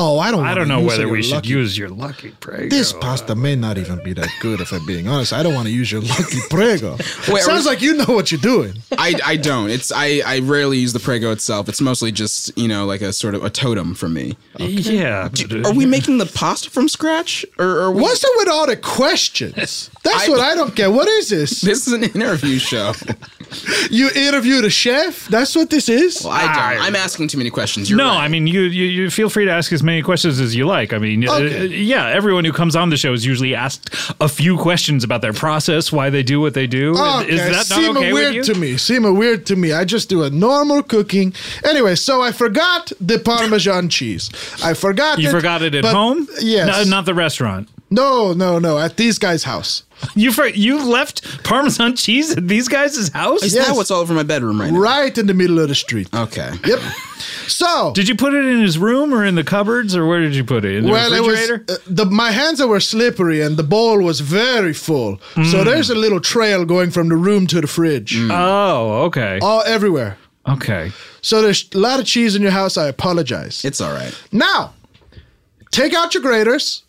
Oh, I don't. I wanna don't know use whether your we should lucky- use your lucky prego. This pasta may not even be that good, if I'm being honest. I don't want to use your lucky prego. Wait, Sounds are like you know what you're doing. I, I don't. It's I, I rarely use the Prego itself. It's mostly just you know like a sort of a totem for me. Yeah. uh, Are we making the pasta from scratch or, or What's up with all the questions? That's I- what I don't get. What is this? This is an interview show. You interviewed a chef? That's what this is? I don't. I'm asking too many questions. You're No, right. I mean you, you. You feel free to ask as many questions as you like. I mean, uh, Okay. yeah, everyone who comes on the show is usually asked a few questions about their process, why they do what they do. Is- Okay, Is that not seem okay weird with you? to me. Seem a weird to me. I just do a normal cooking. Anyway, so I forgot the Parmesan cheese. I forgot. You forgot it at but- home? Yes. No, not the restaurant. no, no, no. At these guys' house. You for, you left Parmesan cheese at these guys' house? is yes. that what's all over my bedroom right now? Right in the middle of the street. Okay. Yep. So. Oh. Did you put it in his room or in the cupboards or where did you put it? In the it was refrigerator? uh, the my hands were slippery and the bowl was very full. Mm. So there's a little trail going from the room to the fridge, oh, okay. all everywhere. Okay. So there's a lot of cheese in your house. I apologize. It's all right. now, take out your graters.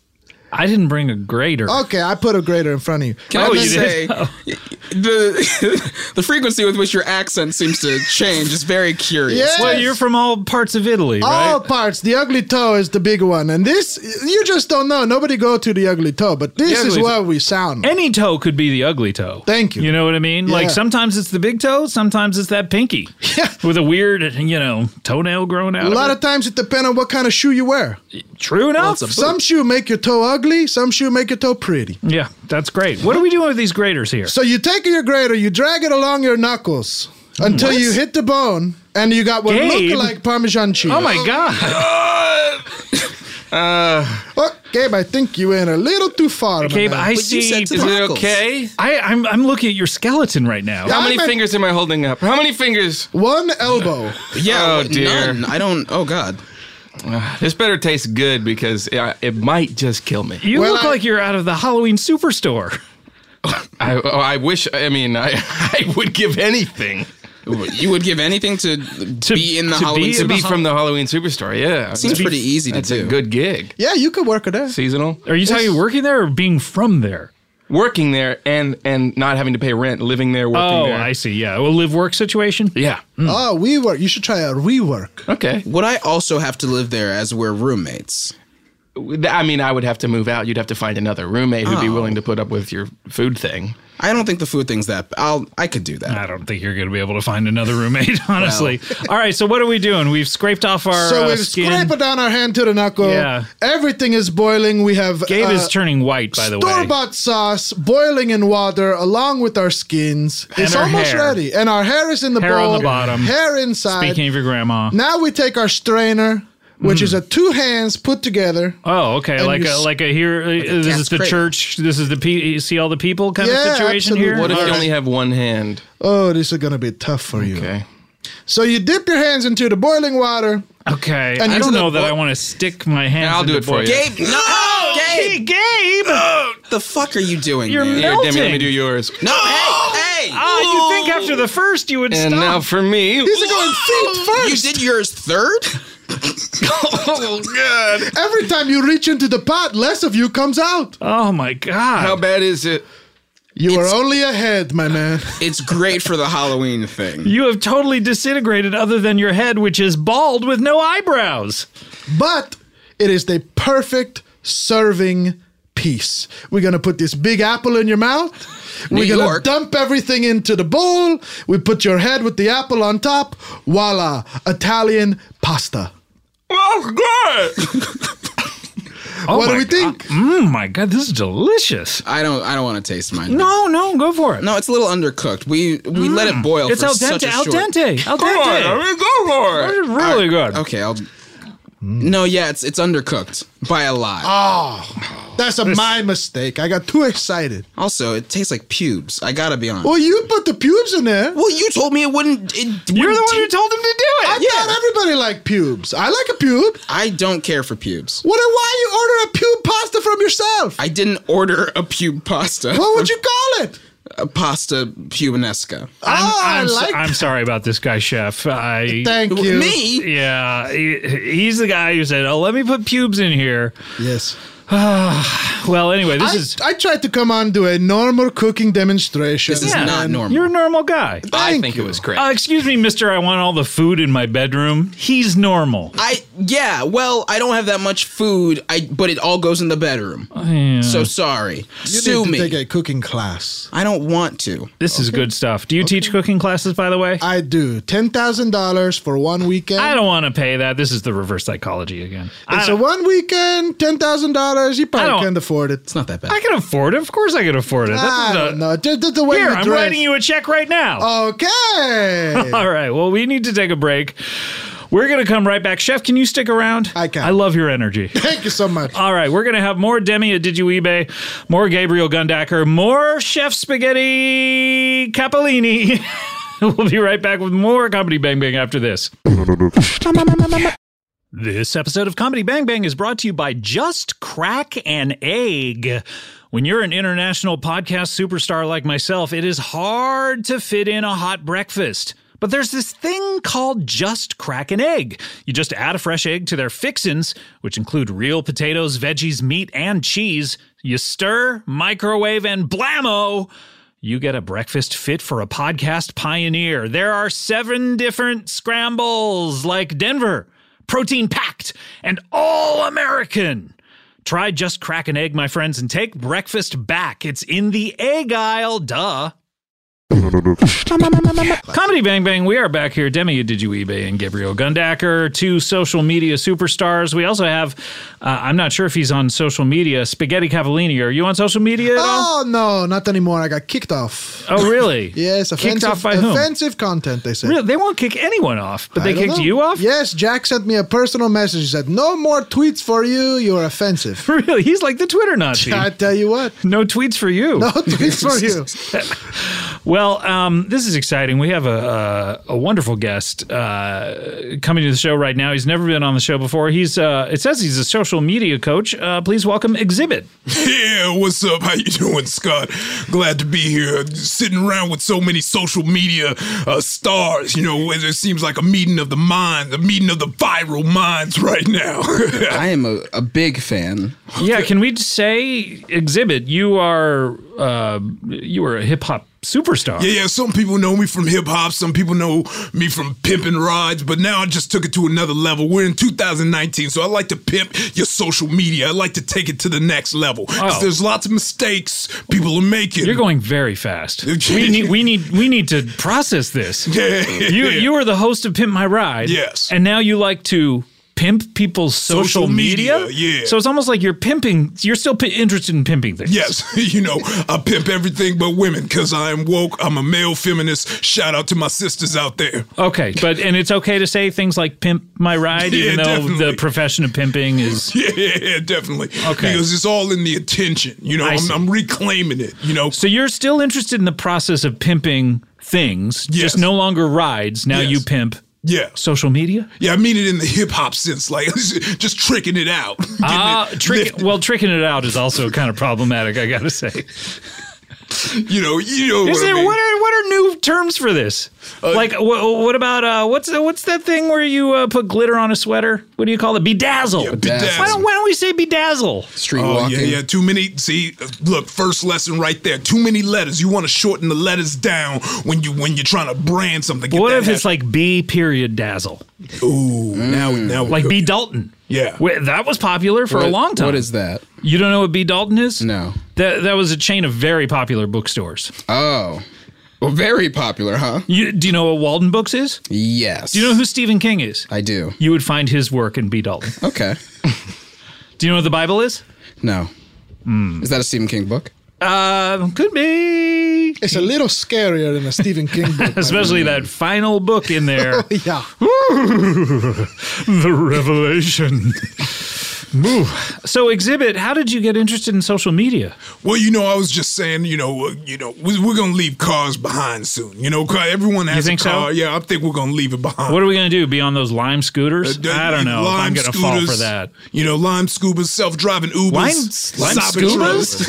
I didn't bring a grater. Okay, I put a grater in front of you. Can Oh, I you just say did? the the frequency with which your accent seems to change is very curious. Yeah. Well, you're from all parts of Italy, right? All parts. The ugly toe is the big one, and this you just don't know. Nobody go to the ugly toe, but this The is ugly what toe. we sound. like. Any toe could be the ugly toe. Thank you. You know what I mean? Yeah. Like sometimes it's the big toe, sometimes it's that pinky. Yeah. With a weird, you know, toenail growing out. a lot of, of times it depends on what kind of shoe you wear. it. true enough. Some shoe make your toe ugly. Some shoe make your toe pretty. yeah, that's great. What are we doing with these graters here? So you take your grater, you drag it along your knuckles until you hit the bone, and you got what Gabe? look like Parmesan cheese. oh my god. Oh, Gabe, I think you went a little too far. my Gabe, man. I But see you said I, to- Is it Knuckles. okay? I'm I'm looking at your skeleton right now. How many I'm a- fingers am I holding up? How many fingers? one elbow. Yeah. Oh, well, dear. None. I don't. Oh God. This better taste good because it, it might just kill me. You Well, look I- like you're out of the Halloween superstore. I, oh, I wish. I mean, I, I would give anything You would give anything to, To- be in the to Halloween. be to Super- be Hall- from the Halloween Superstore. Yeah, seems pretty easy to That's do. a good gig. yeah, you could work it there. Seasonal. Are you talking working there or being from there? Working there and and not having to pay rent, living there, working Oh, there. I see. Yeah, well, live work situation. yeah. Oh, we work. You should try a rework. Okay. Would I also have to live there as we're roommates? I mean, I would have to move out. You'd have to find another roommate who'd be willing Oh. to put up with your food thing. I don't think the food thing's that. I'll. I could do that. I don't think you're going to be able to find another roommate, honestly. All right, so what are we doing? We've scraped off our So uh, we're skin. scraping down our hand to the knuckle. Yeah. Everything is boiling. We have Gabe uh, is turning white, by the way. store-bought sauce boiling in water along with our skins. it's our almost hair. ready, and our hair is in the Hair on bowl. the bottom. Hair inside. Speaking Mm. of your grandma. Now we take our strainer, which is a two hands put together. Oh, okay. And Like you a s- like a here. uh, this is cat's the cradle. church. This is the pe- see all the people kind Yeah, of situation absolutely. here. What if All you right. only have one hand? Oh, this is gonna be tough for you. Okay. So you dip your hands into the boiling water. okay, And I into don't the know that bo- I want to stick my hands. I'll do into it for boil- you. Gabe, no, Gabe, Hey, Gabe! Oh, the fuck are you doing? You're man? mel- Here, Demi, let me Melting. do yours. no, hey, hey. Ah, you think after the first you would And stop? now for me. These are going feet you first. did yours third. oh, God. Every time you reach into the pot, less of you comes out. oh my god! How bad is it? You are It's- only ahead, my man. It's great for the Halloween thing. You have totally disintegrated, other than your head, which is bald with no eyebrows. but it is the perfect serving piece. We're gonna put this big apple in your mouth. We're New gonna York. dump everything into the bowl. We put your head with the apple on top. Voila, Italian pasta. Oh, God. Oh what do my we think? Oh my god, this is delicious. I don't. I don't want to taste mine. No, no, go for it. No, it's a little undercooked. We we let it boil. it's for al dente, Such a al short- dente, al Come on. dente. I mean, go for it. This is really good. Okay, I'll. No, yeah, it's it's undercooked by a lot. That's a, my mistake. I got too excited. also, it tastes like pubes. I gotta be honest. Well, you put the pubes in there. Well, you told me it wouldn't. It You're wouldn't the one who ta- told him to do I it. thought everybody liked pubes. I like a pube. I don't care for pubes. What? Why you order a pube pasta from yourself? I didn't order a pube pasta. what would you call it? uh, pasta humanesca. I'm, Oh, I I'm, s- like I'm sorry about this guy, chef. I Thank you. Me? yeah, he- he's the guy who said, "Oh, let me put pubes in here." Yes. Well, anyway, this I, is I tried to come on to a normal cooking demonstration. This is Yeah. not normal. you're a normal guy. I Thank think you. it was great. Uh, excuse me, Mister. I want all the food in my bedroom. He's normal. I yeah, well, I don't have that much food. I but it all goes in the bedroom. Mm. So sorry. You Sue need to me. take a cooking class. I don't want to. This is good stuff. Do you teach cooking classes, by the way? I, I do ten thousand dollars for one weekend. don't want to pay that. This is the reverse psychology again. I, It's a one weekend, ten thousand dollars. You I don't- probably can't afford it. It's not that bad. I can afford it. Of course, I can afford it. This I is a- don't know. Just, just the way Here, you I'm dress. Oh, writing you a check right now. Okay. All right. Well, we need to take a break. We're going to come right back. Chef, can you stick around? I can. I love your energy. Thank you so much. All right, we're going to have more Demi at Did You eBay, more Gabriel Gundacker, more Chef Spaghetti Capolini. we'll be right back with more Comedy Bang Bang after this. This episode of Comedy Bang Bang is brought to you by Just Crack an Egg. When you're an international podcast superstar like myself, it is hard to fit in a hot breakfast. But there's this thing called Just Crack an Egg. You just add a fresh egg to their fixins, which include real potatoes, veggies, meat, and cheese. You stir, microwave, and blammo! You get a breakfast fit for a podcast pioneer. There are seven different scrambles, like Denver, protein packed, and all American. Try just crack an egg, my friends, and take breakfast back. It's in the egg aisle, duh. Comedy Bang Bang, we are back here. Demi Did You eBay and Gabriel Gundacker, two social media superstars. We also have, uh, I'm not sure if he's on social media, Spaghetti Cavallini. Are you on social media at all? Oh no, not anymore. I got kicked off. Oh, really? Yes, offensive, Kicked off by whom? offensive content. They said. Really? They won't kick anyone off, but they I don't kicked know. you off? Yes, Jack sent me a personal message. He said, "No more tweets for you. You're offensive." Really? He's like the Twitter Nazi. I tell you what, No tweets for you. no tweets for you. Well, um, this is exciting. We have a, a, a wonderful guest uh, coming to the show right now. He's never been on the show before. He's uh, It says he's a social media coach. Uh, please welcome Exhibit. Yeah, what's up? How you doing, Scott? Glad to be here. Sitting around with so many social media uh, stars, you know, it seems like a meeting of the minds, a meeting of the viral minds right now. I am a, a big fan. Yeah, can we just say, Exhibit, you are uh, you are a hip hop superstar. Yeah, yeah, some people know me from hip hop, some people know me from pimping rides, but now I just took it to another level. We're in 2019, so I like to pimp your social media. I like to take it to the next level. 'Cause Oh. there's lots of mistakes people are making. You're going very fast. we need we need we need to process this. yeah. You you were the host of Pimp My Ride. Yes. And now you like to pimp people's social, Social media? media, yeah. So it's almost like you're pimping you're still p- interested in pimping things. Yes, you know, I pimp everything but women because I am woke. I'm a male feminist. Shout out to my sisters out there. Okay. But and it's okay to say things like pimp my ride Yeah, even though the definitely. profession of pimping is Yeah, definitely. Okay. Because it's all in the attention. You know, I see. I'm, I'm reclaiming it, you know. So you're still interested in the process of pimping things, Yes. just no longer rides. Now Yes. you pimp yeah. social media? Yeah, I mean it in the hip hop sense, like just tricking it out. Getting Uh, it trick, lifted, well, tricking it out is also kind of problematic, I got to say. you know, you know Is what I there mean. what are what are new terms for this? like wha- what about uh, what's the, what's that thing where you uh, put glitter on a sweater? What do you call it? Bedazzle. bedazzle. Why don't why don't we say bedazzle? Street Oh walking. yeah, yeah. Too many. See, look. First lesson right there. Too many letters. You want to shorten the letters down when you when you're trying to brand something. Get What that if it's hash- like B period dazzle, Ooh, now now like B Dalton? Yeah. Wait, that was popular for a What- long time. What is that? You don't know what B Dalton is? No. That that was a chain of very popular bookstores. Oh. Well, very popular, huh? You, do you know what Walden Books is? Do Yes. Do you know who Stephen King is? I do. You would find his work in B Dalton. Okay. Do you know what the Bible is? No. Mm. Is that a Stephen King book? Uh, could be. It's a little scarier than a Stephen King book. Especially that final book in there. yeah. the revelation. Ooh. So, Exhibit, how did you get interested in social media? Well, you know, I was just saying, you know, uh, you know, we, we're gonna leave cars behind soon. You know, 'cause everyone has think a so? car. Yeah, I think we're gonna leave it behind. What are we going to do? Be on those Lime scooters? Uh, I don't know if I'm Lime going to fall for scooters, that. You know, lime scoobas, self-driving Ubers, Lime- lime Cybertrucks.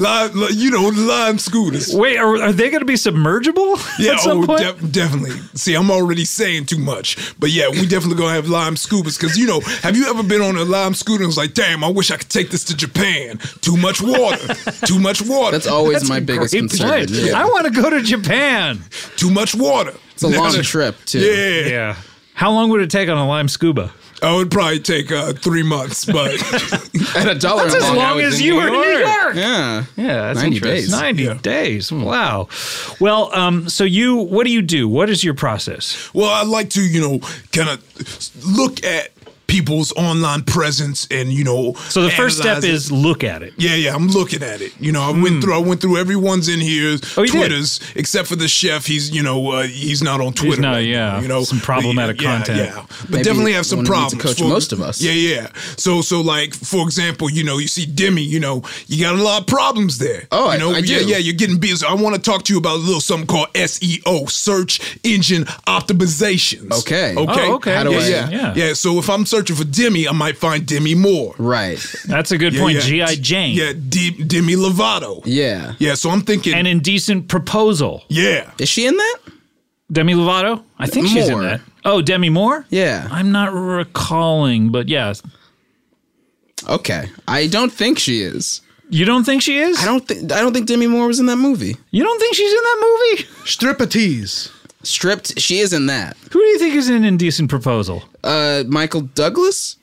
lime, li- you know, lime scooters. Wait, are, are they going to be submergible Yeah, at some oh, point? def- definitely. See, I'm already saying too much, but yeah, we definitely gonna have lime scooters because you know, have you ever been on a lime scooter and was like, damn, I wish I could take this to Japan. Too much water. too much water. That's always my biggest Great concern. point. Yeah. I want to go to Japan. too much water. It's a long trip too. Yeah. Yeah. How long would it take on a lime scuba? I would probably take uh, three months, but At a dollar That's a as month. long as you were in New York. Yeah. Yeah, that's 90 interesting. days. 90 days. Wow. Well, um, so you, what do you do? What is your process? Well, I like to, you know, kind of look at people's online presence and, you know. So the first step analyze it. is look at it. Yeah, yeah, I'm looking at it. You know, I went through. I went through everyone's in here. Hmm. Oh, you did? Twitters, except for the chef. He's, you know, uh, he's not on Twitter. not, right now, yeah, you know, some problematic yeah, content. Yeah, but Maybe definitely have some one who needs problems. to coach most of us. Yeah, yeah. So, so like for example, you know, you see Demi. You know, you got a lot of problems there. Oh, you I- know, I do. yeah, yeah. You're getting busy. I want to talk to you about a little something called SEO, search engine optimizations. Okay. Okay. Oh, okay. How do yeah, I- yeah, yeah. yeah, So if I'm searching for Demi, I might find Demi Moore. Right. That's a good Yeah, point. yeah. G.I. Jane. Yeah, D- Demi Lovato. Yeah. Yeah, so I'm thinking. An indecent proposal. yeah. Is she in that? Demi Lovato? I think she's in Moore. that. Oh, Demi Moore? Yeah. I'm not recalling, but yeah. Okay. I don't think she is. You don't think she is? I don't think I don't think Demi Moore was in that movie. you don't think she's in that movie? Striptease. Stripped. She is in that. Who do you think is in Indecent Proposal? Uh, Michael Douglas.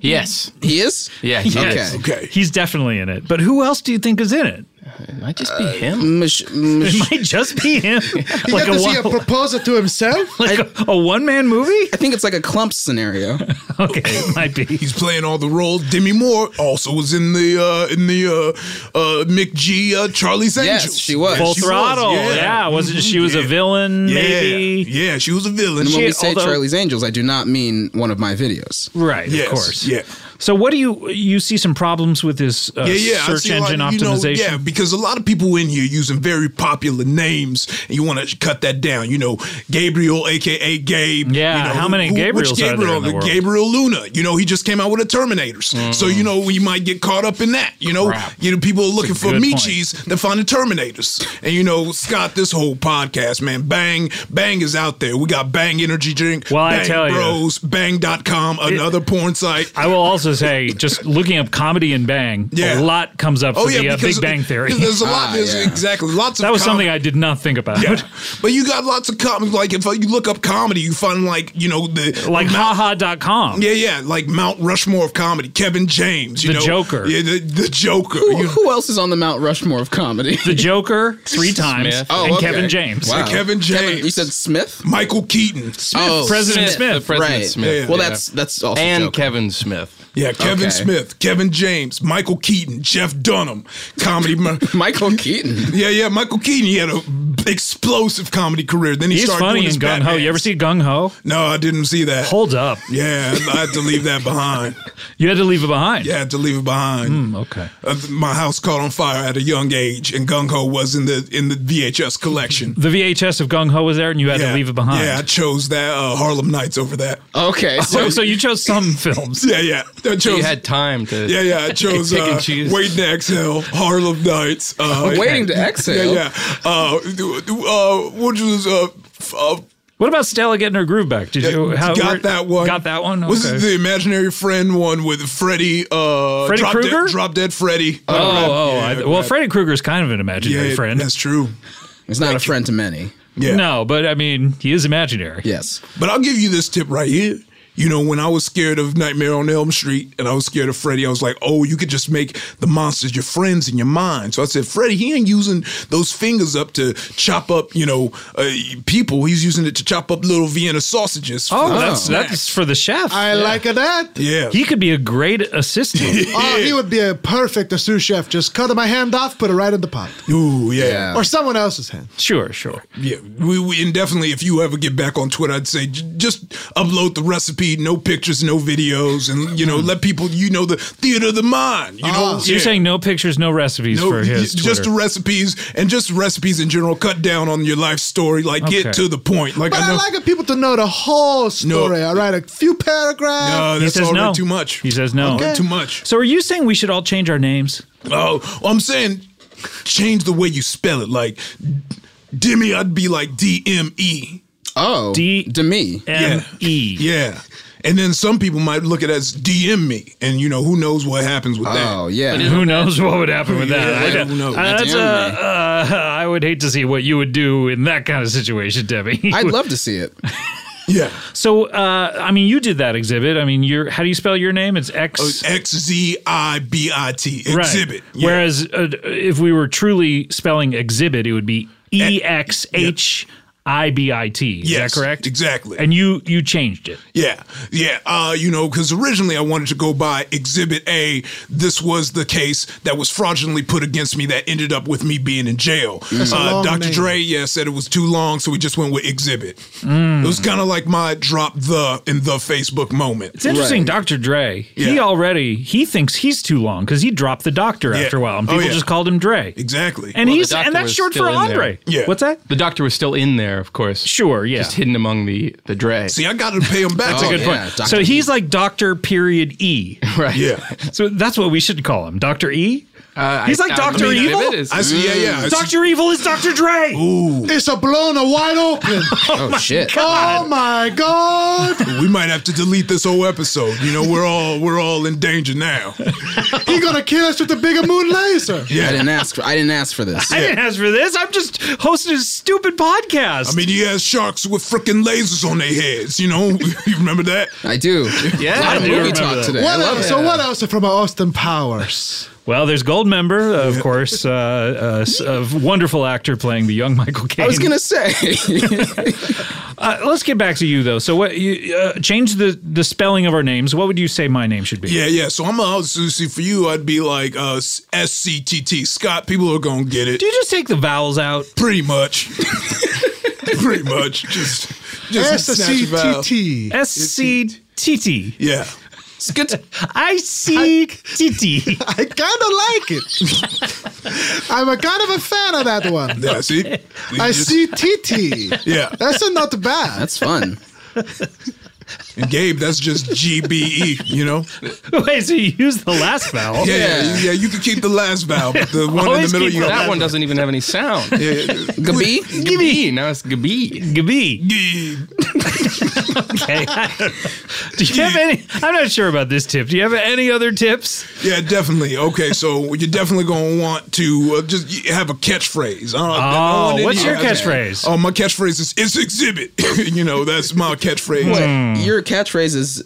Yes. He is. Yeah. He Okay. Is. Okay. He's definitely in it. But who else do you think is in it? Might just be him. Mich- It Mich- might just be him. He like got a to see a one, proposal to himself. like a, a one-man movie? I think it's like a clump scenario. Okay, it might be. He's playing all the roles. Demi Moore also was in the uh, in the uh, uh, Mick G uh, Charlie's Yes, Angels. she was. Full She throttle. yeah. wasn't she was a villain? Yeah. Maybe. Yeah, she was a villain. And when She- we say although- Charlie's Angels, I do not mean one of my videos. Right. Yes, Of course. Yeah. So what do you you see some problems with this uh, Yeah, yeah. I search see a lot- engine you know, optimization? yeah, because a lot of people in here using very popular names, and you want to cut that down. You know, Gabriel, aka Gabe. Yeah, you know, how many Gabriels which are there in Gabriel? the world? Mm-hmm. Gabriel Luna. You know, he just came out with a Terminators, so you know you might get caught up in that. You know, Crap. you know people are looking for good point. Michis that find the Terminators, and you know Scott, this whole podcast, man, Bang Bang is out there. We got Bang Energy Drink, Well, I Bang tell you. Bros, Bang.com, another porn site. I will also say, just looking up comedy and Bang, Yeah. a lot comes up for the uh, Big Bang Theory. Oh, because There's a lot. Ah, there's yeah. exactly lots of. That was com- something I did not think about. Yeah. but you got lots of comedy. Like if uh, you look up comedy, you find like you know the Like Mount- haha.com. Yeah, yeah, like Mount Rushmore of comedy. Kevin James, you The know, Joker. Yeah, the, the Joker. Who, you- who else is on the Mount Rushmore of comedy? The Joker three times Smith. Oh, and okay. Kevin James. Wow. Kevin James. you said Smith. Michael Keaton. Oh, President Smith. The President right. Smith. Well, yeah. that's that's also and Joker. Kevin Smith. Yeah, Kevin Okay. Smith, Kevin James, Michael Keaton, Jeff Dunham, comedy. mo- Michael Keaton. yeah, yeah, Michael Keaton. He had a explosive comedy career. Then he He's started funny doing in his Gung Ho. You ever Batmans. see Gung Ho? No, I didn't see that. Hold up. yeah, I had to leave that behind. You had to leave it behind. Yeah, I had to leave it behind. Hmm. Okay. Uh, my house caught on fire at a young age, and Gung Ho was in the in the VHS collection. The VHS of Gung Ho was there, and you had to leave it behind. Yeah, I chose that uh, Harlem Nights over that. Okay, So, so so you chose some films. Yeah, yeah, I chose. You had time to. yeah, yeah, I chose Pick and uh, choose. Waiting to Exhale, Harlem Nights. Uh, waiting to exhale. Yeah, yeah. Uh, do- do- uh, what was uh, f- uh, What about Stella getting her groove back? Did you how, got where- that one? Got that one. Was Okay. it the imaginary friend one with Freddy? Uh, Freddy Drop Krueger? Dead, Drop Dead Freddy. oh, oh, I- well, Freddy Krueger's kind of an imaginary friend. That's true. He's not a friend to many. Yeah. No, but I mean, he is imaginary. Yes. But I'll give you this tip right here. You know, when I was scared of Nightmare on Elm Street and I was scared of Freddy, I was like, oh, you could just make the monsters your friends in your mind. So I said, Freddy, he ain't using those fingers up to chop up, you know, uh, people. He's using it to chop up little Vienna sausages. Oh, for that's snacks. that's for the chef. I like that. Yeah. he could be a great assistant. Oh, he would be a perfect sous chef. Just cut my hand off, put it right in the pot, Ooh, yeah. or someone else's hand. sure, sure. Yeah. We, we, and definitely, if you ever get back on Twitter, I'd say j- just upload the recipe, no pictures, no videos, and, you know, let people, you know, the theater of the mind. You Mm. know, Ah, So you're Yeah. saying no pictures, no recipes for his y- Twitter. just the recipes and just recipes in general. Cut down on your life story. Like Okay. get to the point. Like But I I know. like people to know the whole story. I write a few paragraphs. uh, he that's says already no. too much. He says no. Already Too much. So are you saying we should all change our names? Oh, I'm saying change the way you spell it. Like Demi, I'd be like D M E. Oh, D- to me. M E. Yeah. And then some people might look at it as DM me, and you know who knows what happens with that. Oh, yeah. Who knows what would happen with that? Yeah, I, I don't don't know. Uh, that's, uh, uh, I would hate to see what you would do in that kind of situation, Debbie. I'd love to see it. Yeah, so, uh, I mean, you did that exhibit. I mean, you're how do you spell your name? It's X. X Z I B I T Right. Oh, exhibit. Yeah. Whereas uh, if we were truly spelling exhibit, it would be E X H I B I T. Is Yes, that correct? exactly. And you you changed it. Yeah, yeah. Uh, you know, because originally I wanted to go by Exhibit A. This was the case that was fraudulently put against me that ended up with me being in jail. Uh, long Dr. name. Dre, yeah, said it was too long, so we just went with Exhibit. It was kind of like my drop the in the Facebook moment. It's interesting, Right. Dr. Dre. He Yeah. already he thinks he's too long because he dropped the doctor Yeah. after a while, and Oh, people yeah. just called him Dre. Exactly. And Well, the he's doctor and that's was short for still in Andre. there. Yeah. What's that? The doctor was still in there, of course. Sure, yeah. Just hidden among the the Dre. See, I got to pay him back. That's a on good that. point. Yeah, Dr. so E. he's like Doctor Period E. right. Yeah. So that's what we should call him, Doctor E. Uh, He's like Dr. mean, Evil? if it is- I see. Yeah, yeah. I see- Doctor Evil is Doctor Dre. It's a blown a wide open. Oh, shit. oh my god! we might have to delete this whole episode. You know, we're all we're all in danger now. He gonna kill us with the bigger moon laser. I Yeah. didn't ask for I didn't ask for this. I didn't ask for this. I'm just hosting a stupid podcast. I mean, he has sharks with freaking lasers on their heads. You know, you remember that? I do. Yeah, a lot I of do movie remember talk that. today. I What love else? it. So what else from Austin Powers? well, there's Goldmember, of course, uh, uh, s- a wonderful actor playing the young Michael Caine. I was gonna say. Uh, let's get back to you though. So, what you uh, change the the spelling of our names? What would you say my name should be? Yeah, yeah. So I'm out. So see, for you, I'd be like uh, S C T T Scott. People are gonna get it Do you just take the vowels out? pretty much. pretty much, just S just snatch C it out. T T. S C T T. Yeah, It's good. I C T T. I kind of like it. I'm a kind of a fan of that one. yeah. See, You I just- see TT. Yeah, That's a not bad. That's fun. and Gabe, that's just G B E. You know. Wait, so you use the last vowel? Yeah, yeah, yeah. You can keep the last vowel, but the one in Always the middle, keep you the that one doesn't even have any sound. Gabi? Gabi. Now it's Gabi. Gabi. Yeah. Okay. I don't know. Do you have any? I'm not sure about this tip. Do you have any other tips? Yeah, definitely. Okay, so you're definitely going to want to uh, just y- have a catchphrase. Uh, I don't- I Oh, don't want what's any- your Okay. catchphrase? Oh, my catchphrase is "It's exhibit." you know, that's my catchphrase. Your catchphrase is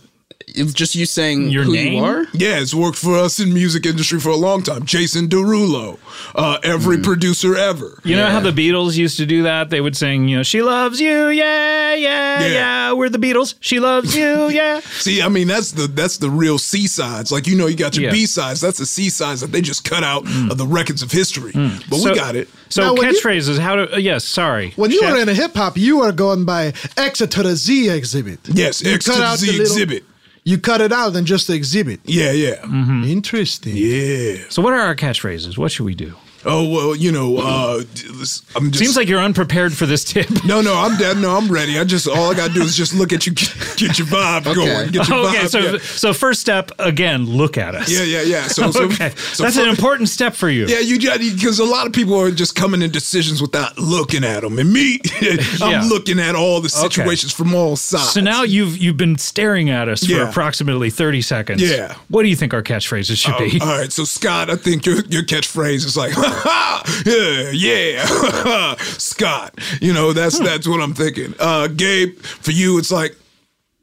it's just you saying Hmm. Your who name? you are? Yeah, it's worked for us in music industry for a long time. Jason Derulo, uh, every Hmm. producer ever. You know how the Beatles used to do that? They would sing, you know, she loves you, yeah, yeah, yeah. Yeah. We're the Beatles. She loves you, yeah. See, I mean that's the that's the real C sides. Like you know, you got your Yeah. Hmm. B sides. That's the C sides that they just cut out of the records of history. But So- we got it. So Now, when you- catchphrases, how to? Uh, yes, sorry. When you Chef- were in a hip hop, you were going by X to the Z exhibit. Yes, You X to cut the out Z the little- exhibit. You cut it out and just exhibit. Yeah, yeah, Mm-hmm. Interesting. Hmm. yeah. so what are our catchphrases? What should we do? Oh well, you know, uh, d- I'm just Seems like you're unprepared for this tip. No, no, I'm dead. No, I'm ready. I just all I gotta do is just look at you, get, get your vibe going, get your okay, vibe. so yeah. so first step again, look at us. yeah, yeah, yeah. So, so, okay, so that's fir- an important step for you. Yeah, you because a lot of people are just coming in decisions without looking at them, and me, I'm Yeah. looking at all the situations from all Ah, sides. So now you've you've been staring at us for Yeah. approximately thirty seconds. Yeah. What do you think our catchphrases should Oh, be? all right, so Scott, I think your your catchphrase is like, ha, ha, yeah, yeah, Scott. You know, that's Hmm. that's what I'm thinking. Uh, Gabe, for you, it's like,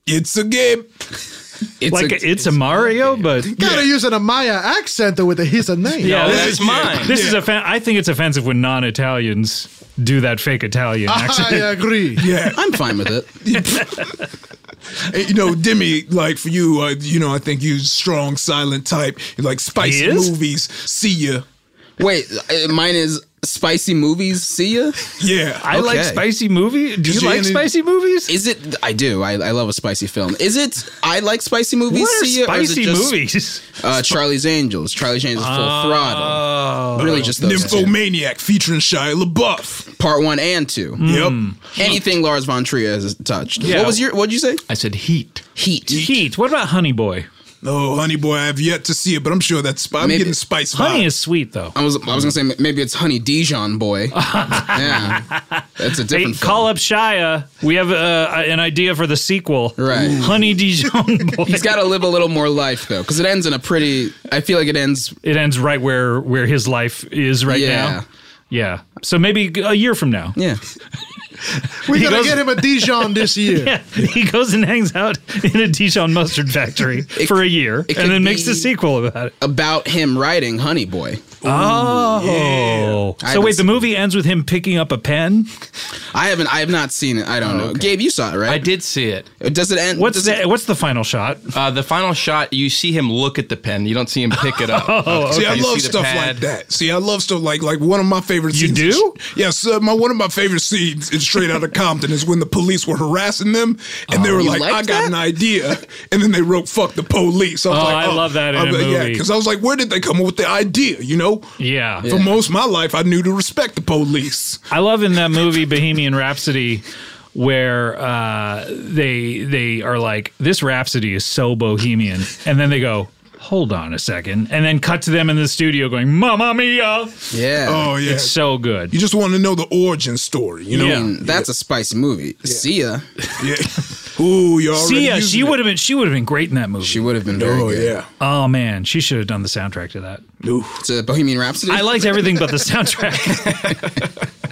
it's a Gabe. It's like a- it's, a Mario, but Gotta use an Amaya accent with a his and name. Yeah, This is mine. This is offen- I think it's offensive when non-Italians do that fake Italian accent. I agree. Yeah, I'm fine with it. And, you know, Demi, like for you, uh, you know, I think you strong, silent type. You like He spicy is? movies. See ya. Wait, uh, mine is spicy movies. See ya. Yeah. I like Okay. spicy movie. Do you you like any- spicy movies? Is it? I do. I, I love a spicy film. Is it? I like spicy movies. what are see ya, or is spicy it just, movies? Uh, Charlie's Angels. Charlie's Angels Full Throttle. Really, just those two. Nymphomaniac featuring Shia LaBeouf. Part one and two. Yep. Anything Lars von Trier has touched. Yeah. What was your? What'd you say? I said heat. Heat. Heat. What about Honey Boy? Oh, honey boy, I have yet to see it, but I'm sure that's. I'm Maybe- getting spice. Honey vibe. is sweet though. I was I was gonna say maybe it's Honey Dijon Boy. yeah, that's a Hey, different. call film. up Shia. We have uh, an idea for the sequel. Right. Ooh. Honey Dijon Boy. He's got to live a little more life though, because it ends in a pretty. I feel like it ends. it ends right where where his life is right Yeah. now. Yeah. So maybe a year from now. Yeah, We're gonna goes- get him a Dijon this year. Yeah, he goes and hangs out in a Dijon mustard factory for a year, and it could then makes the be- sequel about it. about him writing Honey Boy. Oh, I so haven't wait, the seen movie ends with him picking up a pen. I haven't. I have not seen it. I Oh, don't know. Gabe, you saw it, right? I did see it. Does it end? What's does it- the what's the final shot? Uh, the final shot, you see him look at the pen. You don't see him pick it up. oh, See, I love stuff like that. See, I love stuff like like one of my favorite. You scenes do? Yes, uh, my one of my favorite scenes in Straight Outta Compton is when the police were harassing them, and Oh, they were you like, "I liked got that? an idea," and then they wrote "fuck the police." I was Oh, like, I love that in I'm a like, Yeah, movie. because I was like, "Where did they come up with the idea?" You know. Yeah. For most of my life, I knew to respect the police. I love in that movie Bohemian Rhapsody where uh, they they are like this rhapsody is so bohemian, and then they go. Hold on a second, and then cut to them in the studio going "Mamma Mia." yeah. Oh yeah, It's so good. you just want to know the origin story. You know. Yeah. I mean, that's a spicy movie. See ya. Yeah. Ooh, you're already. See, yeah, using she it. would have been she would have been great in that movie. She would have been very Oh good. yeah. oh man, she should have done the soundtrack to that. Ooh. To Bohemian Rhapsody. I liked everything but the soundtrack.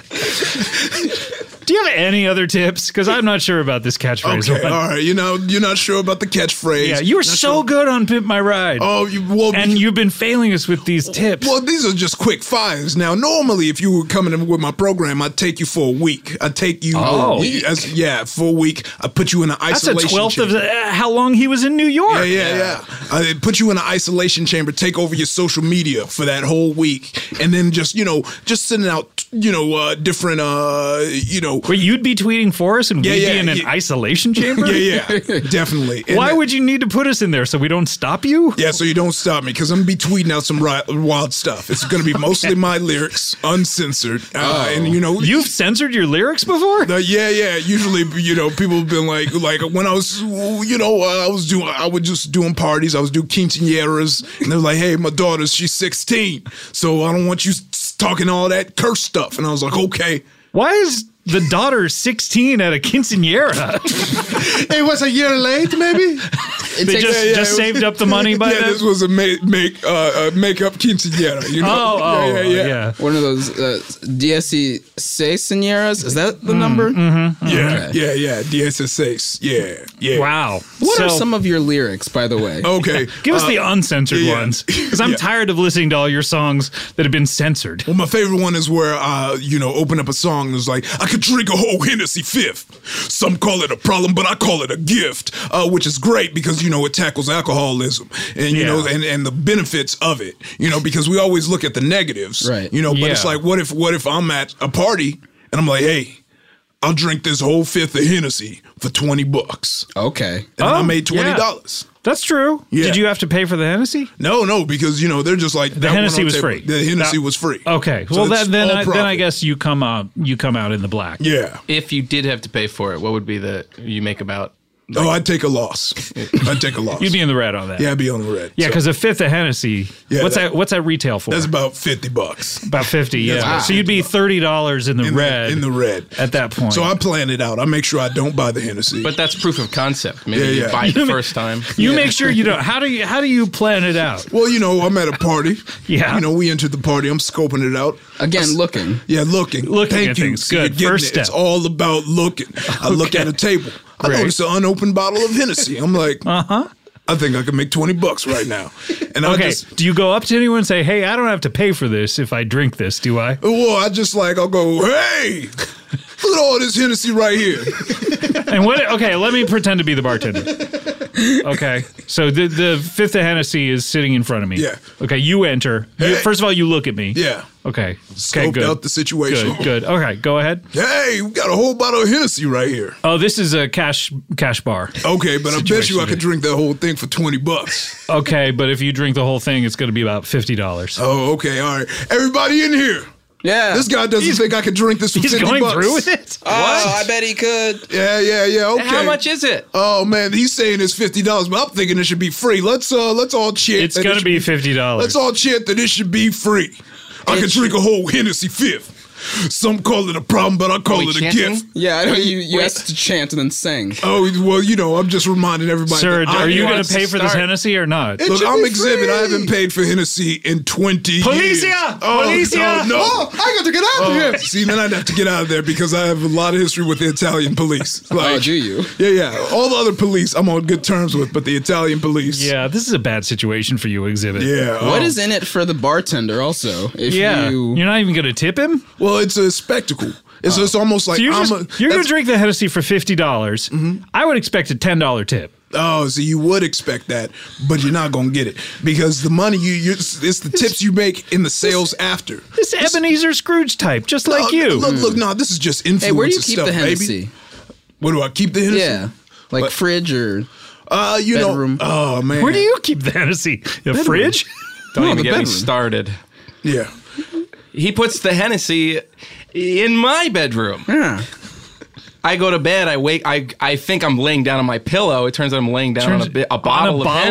Do you have any other tips? Because I'm not sure about this catchphrase. Okay. one. All right. You know, you're not sure about the catchphrase. yeah, you were Not so sure- good on Pimp My Ride, Oh, you, well, and you've been failing us with these tips. Well, these are just quick fires. Now, normally, if you were coming in with my program, I'd take you for a week. I'd take you, Oh. you- as, yeah, for a week. I put you in an That's a isolation. twelfth of chamber. the, uh, how long he was in New York. Yeah, yeah, yeah. I put you in an isolation chamber, take over your social media for that whole week, and then just you know, just sending out you know uh, different uh you know Where you'd be tweeting for us and Yeah, we'd yeah, be in an yeah. isolation chamber. yeah yeah definitely. And Why then- would you need to put us in there so we don't stop you? Yeah, so you don't stop me because I'm gonna be tweeting out some ri- wild stuff. It's gonna be mostly my lyrics, uncensored, uh, and you know You've censored your lyrics before. Uh, yeah, yeah. Usually, you know, people have been like, like when I was, you know, uh, I was doing, I was just doing parties. I was doing quinceañeras, and they're like, "Hey, my daughter, she's 16, so I don't want you s- talking all that curse stuff." And I was like, "Okay." Why is the daughter 16 at a quinceanera? It was a year late, maybe. It They takes- just yeah, just it was- saved up the money by yeah, then? this was a make make uh, uh, makeup quinceañera. You know? Oh, oh, yeah, yeah. One of those uh, DSC Señoras. Is that the number? yeah, yeah, yeah. DSSX. Yeah, yeah. Wow. What are So, some of your lyrics, by the way? Okay. Uh, Give us the uncensored yeah. ones, because I'm Yeah. tired of listening to all your songs that have been censored. Well, my favorite one is where I, you know, open up a song and it's like, I could drink a whole Hennessy fifth. Some call it a problem, but I call it a gift, uh, which is great because, you know, it tackles alcoholism and, you Yeah. know, and, and the benefits of it, you know, because we always look at the negatives, Right. you know, but it's Yeah. like, what if, what if I'm at a party and I'm like, hey, I'll drink this whole fifth of Hennessy for 20 bucks. Okay. Oh, And I made yeah. $20. That's true. Yeah. Did you have to pay for the Hennessy? No, no, because you know they're just like the Hennessy was free. The Hennessy That- was free. Okay. So well, it's that, then all I, then I profit. guess you come out you come out in the black. yeah. If you did have to pay for it, what would be the you make about? Oh, I'd take a loss. I'd take a loss. You'd be in the red on that. yeah, I'd be on the red. Yeah, So because a fifth of Hennessy. Yeah, what's that, that- What's that retail for? that's about fifty bucks. about fifty. Yeah. about So you'd be thirty dollars in the In the- red. in the red. at that point. So I plan it out. I make sure I don't buy the Hennessy. But that's proof of concept. Maybe Yeah, you yeah. buy it the first time. you make sure you don't. How do you How do you plan it out? well, you know, I'm at a party. Yeah. You know, we entered the party. I'm scoping it out. Again, looking. Yeah, looking. Looking Thank at you. things. you're Good. getting First it. step. It's all about looking. I look at a table. I Great. Uh-huh. notice an unopened bottle of Hennessy. I'm like, uh huh. I think I can make twenty bucks right now. And I Okay. just do you go up to anyone and say, "Hey, I don't have to pay for this if I drink this, do I?" well, I just like I'll go, hey, look at all this Hennessy right here. And what? Okay, let me pretend to be the bartender. Okay. So the the fifth of Hennessy is sitting in front of me. Yeah. Okay. You enter. You, Hey. first of all, you look at me. Yeah. Okay. Okay. Scoped Good. out the situation. good. Good. Okay. Go ahead. Hey, we got a whole bottle of Hennessy right here. Oh, this is a cash cash bar. Okay, but I bet you I Situation. could drink that whole thing for 20 bucks. Uh, Okay, but if you drink the whole thing, it's going to be about fifty dollars. oh, okay, all right. Everybody in here. Yeah. This guy doesn't think I could drink this for He's 50 going bucks. through with it. Oh, What? I bet he could. Yeah, yeah, yeah. Okay. How much is it? Oh man, he's saying it's fifty dollars, but I'm thinking it should be free. Let's uh let's all chant. It's that it gonna should be fifty Let's dollars. all chant that it should be free. I could drink a whole Hennessy fifth. Some call it a problem, but I call we it a chanting? gift. Yeah, I know you, you asked to chant and then sang. Oh well, you know, I'm just reminding everybody. Sir, that I are you am- going wants to to pay for this start. Hennessy or not? Look, should I'm be exhibit. I free. haven't paid for Hennessy in 20 years. Oh, Policia! Policia! No, no. Oh, I got to get out of here. See, then I'd have to get out of there because I have a lot of history with the Italian police. Like, Oh, do you? Yeah, yeah. All the other police I'm on good terms with, but the Italian police. Yeah, this is a bad situation for you, Exhibit. Yeah. What oh. is in it for the bartender also? If Yeah, you, you're not even going to tip him. Well, it's a spectacle. It's, it's almost like So you're I'm just, a. you're going that's- Mm-hmm. to drink the Hennessy for fifty dollars. I would expect a ten dollar tip. Oh, so you would expect that, but you're not gonna get it because the money you you it's the tips you make in the sales after. This Ebenezer Scrooge type, just like No, you. Look, look, no, this is just influencer hey, where do you keep stuff, the Hennessy? baby. Where do I keep the Hennessy? Yeah, like But- fridge or Uh, you Bedroom. know, oh man, Where do you keep the Hennessy? The fridge? Don't even the get me bedroom. started. Yeah, He puts the Hennessy in my bedroom. yeah. I go to bed. I wake. I I think I'm laying down on my pillow. It turns out I'm laying down on a, bi- a on bottle, a of, bottle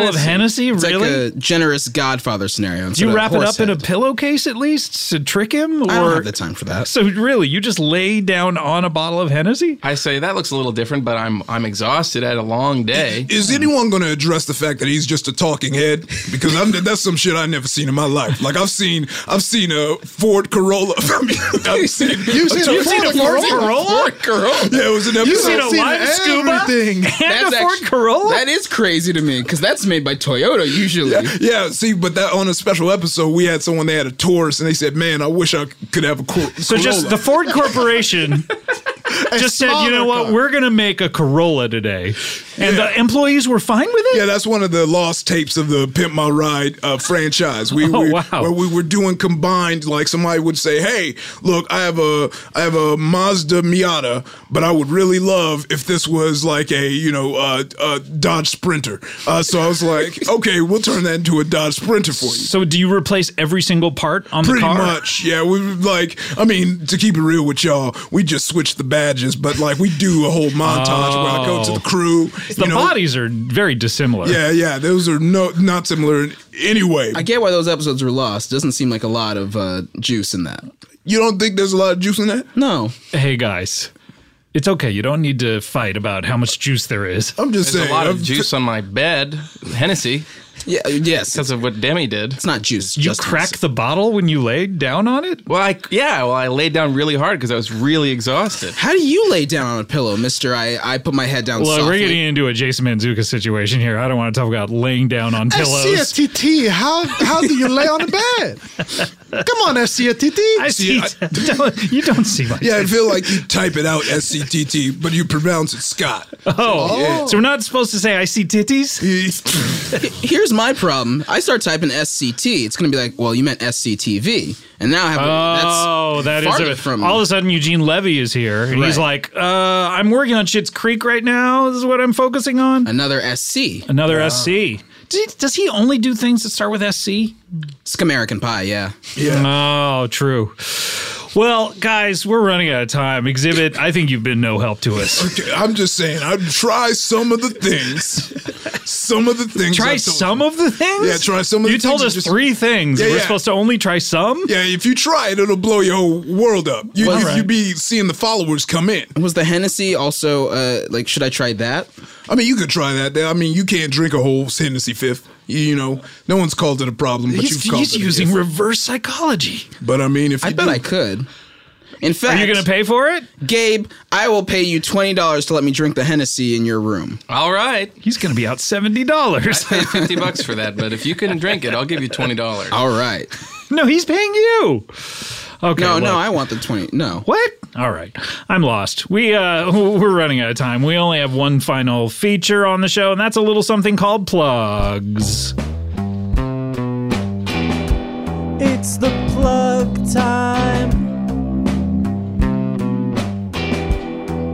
of Hennessy. Hennessy. It's really? like a generous Godfather scenario. Do you wrap it up in a pillowcase at least to trick him? Or I don't have the time for that. So really, you just lay down on a bottle of Hennessy? I say that looks a little different, but I'm I'm exhausted. I had a long day. is anyone going to address the fact that he's just a talking head? Because I'm, that's some shit I never seen in my life. Like I've seen, I've seen a Ford Corolla. I mean, I've seen, You've seen a seen a Ford Ford Corolla? Corolla? yeah, it was an episode. You've seen a live everything. And a Ford Corolla? That is crazy to me because that's made by Toyota usually. yeah, see, but that on a special episode, we had someone they had a Taurus, and they said, "Man, I wish I could have a Cor- so just the Ford Corporation just said, you know smaller what, car. we're going to make a Corolla today. And Yeah. the employees were fine with it? Yeah, that's one of the lost tapes of the Pimp My Ride uh, franchise. We, Oh, we wow. where we were doing combined. Like somebody would say, "Hey, look, I have a I have a Mazda Miata, but I would really love if this was like a you know uh, a Dodge Sprinter." Uh, so I was like, "Okay, we'll turn that into a Dodge Sprinter for you." So do you replace every single part on Pretty the car? much, yeah. We like, I mean, to keep it real with y'all, we just switch the badges, but like we do a whole montage where I go to Oh. the crew. The you know, bodies are very dissimilar. Yeah, yeah. Those are no not similar in any way. I get why those episodes were lost. Doesn't seem like a lot of uh, juice in that. You don't think there's a lot of juice in that? No, Hey guys, it's okay. You don't need to fight about how much juice there is. I'm just There's saying. a lot of I'm- juice on my bed, Hennessy, yeah, yes, it's because of what Demi did. not juice. it's You just crack the bottle when you lay down on it? Well, I yeah, well I laid down really hard because I was really exhausted. How do you lay down on a pillow, Mister? I I put my head down. Look, softly. we're getting into a Jason Manzuka situation here. I don't want to talk about laying down on pillows. SCFTT, how how do you lay on the bed? Come on, I SCFTT. see. don't, you don't see my. Yeah, I feel like you type it out S C T T, but you pronounce it Scott. Oh, so we're not supposed to say I see titties. Here's my problem. I start typing SCT. It's gonna be like, well, you meant SCTV, and now I have. Oh, that's that is farted a, from all of a sudden Eugene Levy is here and he's Right. like, uh, "I'm working on Shit's Creek right now. This is what I'm focusing on." another SC. Another SC. Does he, does he only do things that start with SC? It's American Pie. Yeah. Uh-huh. Yeah. Oh, true. Well, guys, we're running out of time. Exhibit, I think you've been no help to us. Okay, I'm just saying, I try some of the things. Some of the things. I Try told some you. of the things. Yeah, try some of You the told things us and just- three things. Yeah, we're yeah. supposed to only try some. Yeah, if you try it, it'll blow your whole world up. You, Well, you, alright. you be seeing the followers come in. Was the Hennessy also uh, like? Should I try that? I mean, you could try that. I mean, you can't drink a whole Hennessy fifth. You, you know, no one's called it a problem, but he's you've called he's it. a using gift. reverse psychology. But I mean, if you I bet do- I could. In fact, Are you going to pay for it? Gabe, I will pay you twenty dollars to let me drink the Hennessy in your room. All right, He's going to be out $70. paid fifty bucks for that, but if you can drink it, I'll give you twenty dollars. All right. no, he's paying you. Okay. No, no, look. I want the twenty. No. What? All right. I'm lost. We uh we're running out of time. We only have one final feature on the show and that's a little something called plugs. It's the plug time.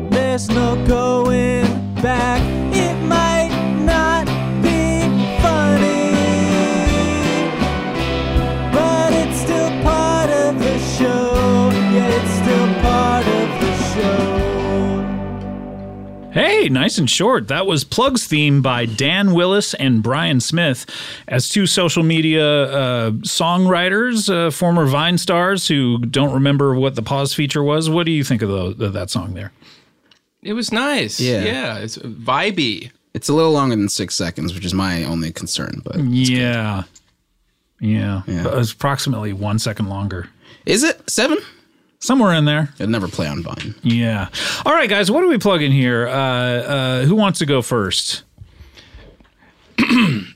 There's no going back. It might not be funny, but it's still part of the show. Hey, nice and short. That was Plug's theme by Dan Willis and Brian Smith, as two social media uh, songwriters, uh, former Vine stars who don't remember what the pause feature was. What do you think of, tho- of that song there? It was nice. Yeah. Yeah. It's vibey. It's a little longer than six seconds, which is my only concern. But Mm. Yeah. Yeah. Yeah. It was approximately one second longer. is it seven? Somewhere in there. I'd never play on Vine. Yeah. All right, guys, what do we plug in here? Uh, uh, who wants to go first? Demi,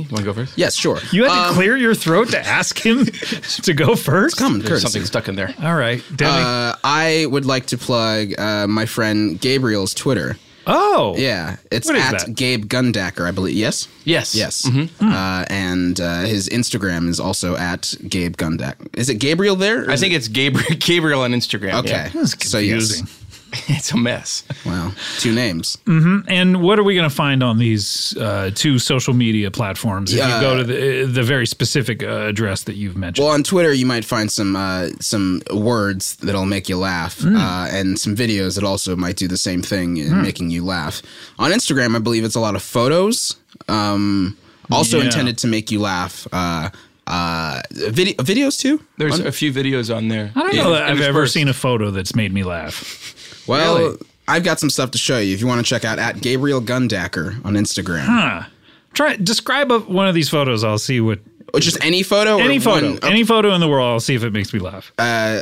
want to go first? Yes, sure. Um, You had to clear your throat to ask him to go first? Common There's courtesy. something stuck in there. All right, Demi. Uh, I would like to plug uh, my friend Gabriel's Twitter. oh. Yeah, it's What is at that? Mm-hmm. Gabe Gundacker, I believe. Yes. Yes. Yes. Uh, and uh, his Instagram is also at Gabe Gundacker. Is it Gabriel there? or I is think it- it's Gabriel, Gabriel on Instagram. Okay. That's So yes. confusing. It's a mess. Wow. Two names. And what are we going to find on these uh, two social media platforms if you Yeah. go to the, the very specific uh, address that you've mentioned? Well, on Twitter, you might find some uh, some words that'll make you laugh, Mm. uh, and some videos that also might do the same thing in making you laugh. On Instagram, I believe it's a lot of photos, um, also Yeah. intended to make you laugh. Uh, uh, vid- videos too. There's a few videos on there. I don't know that I've it's ever worse. seen a photo that's made me laugh. Well, Really? I've got some stuff to show you if you want to check out at Gabriel Gundacker on Instagram. Huh. Try describe a, one of these photos. I'll see what Or just any photo. or any photo, one- Uh, any photo in the world. I'll see if it makes me laugh.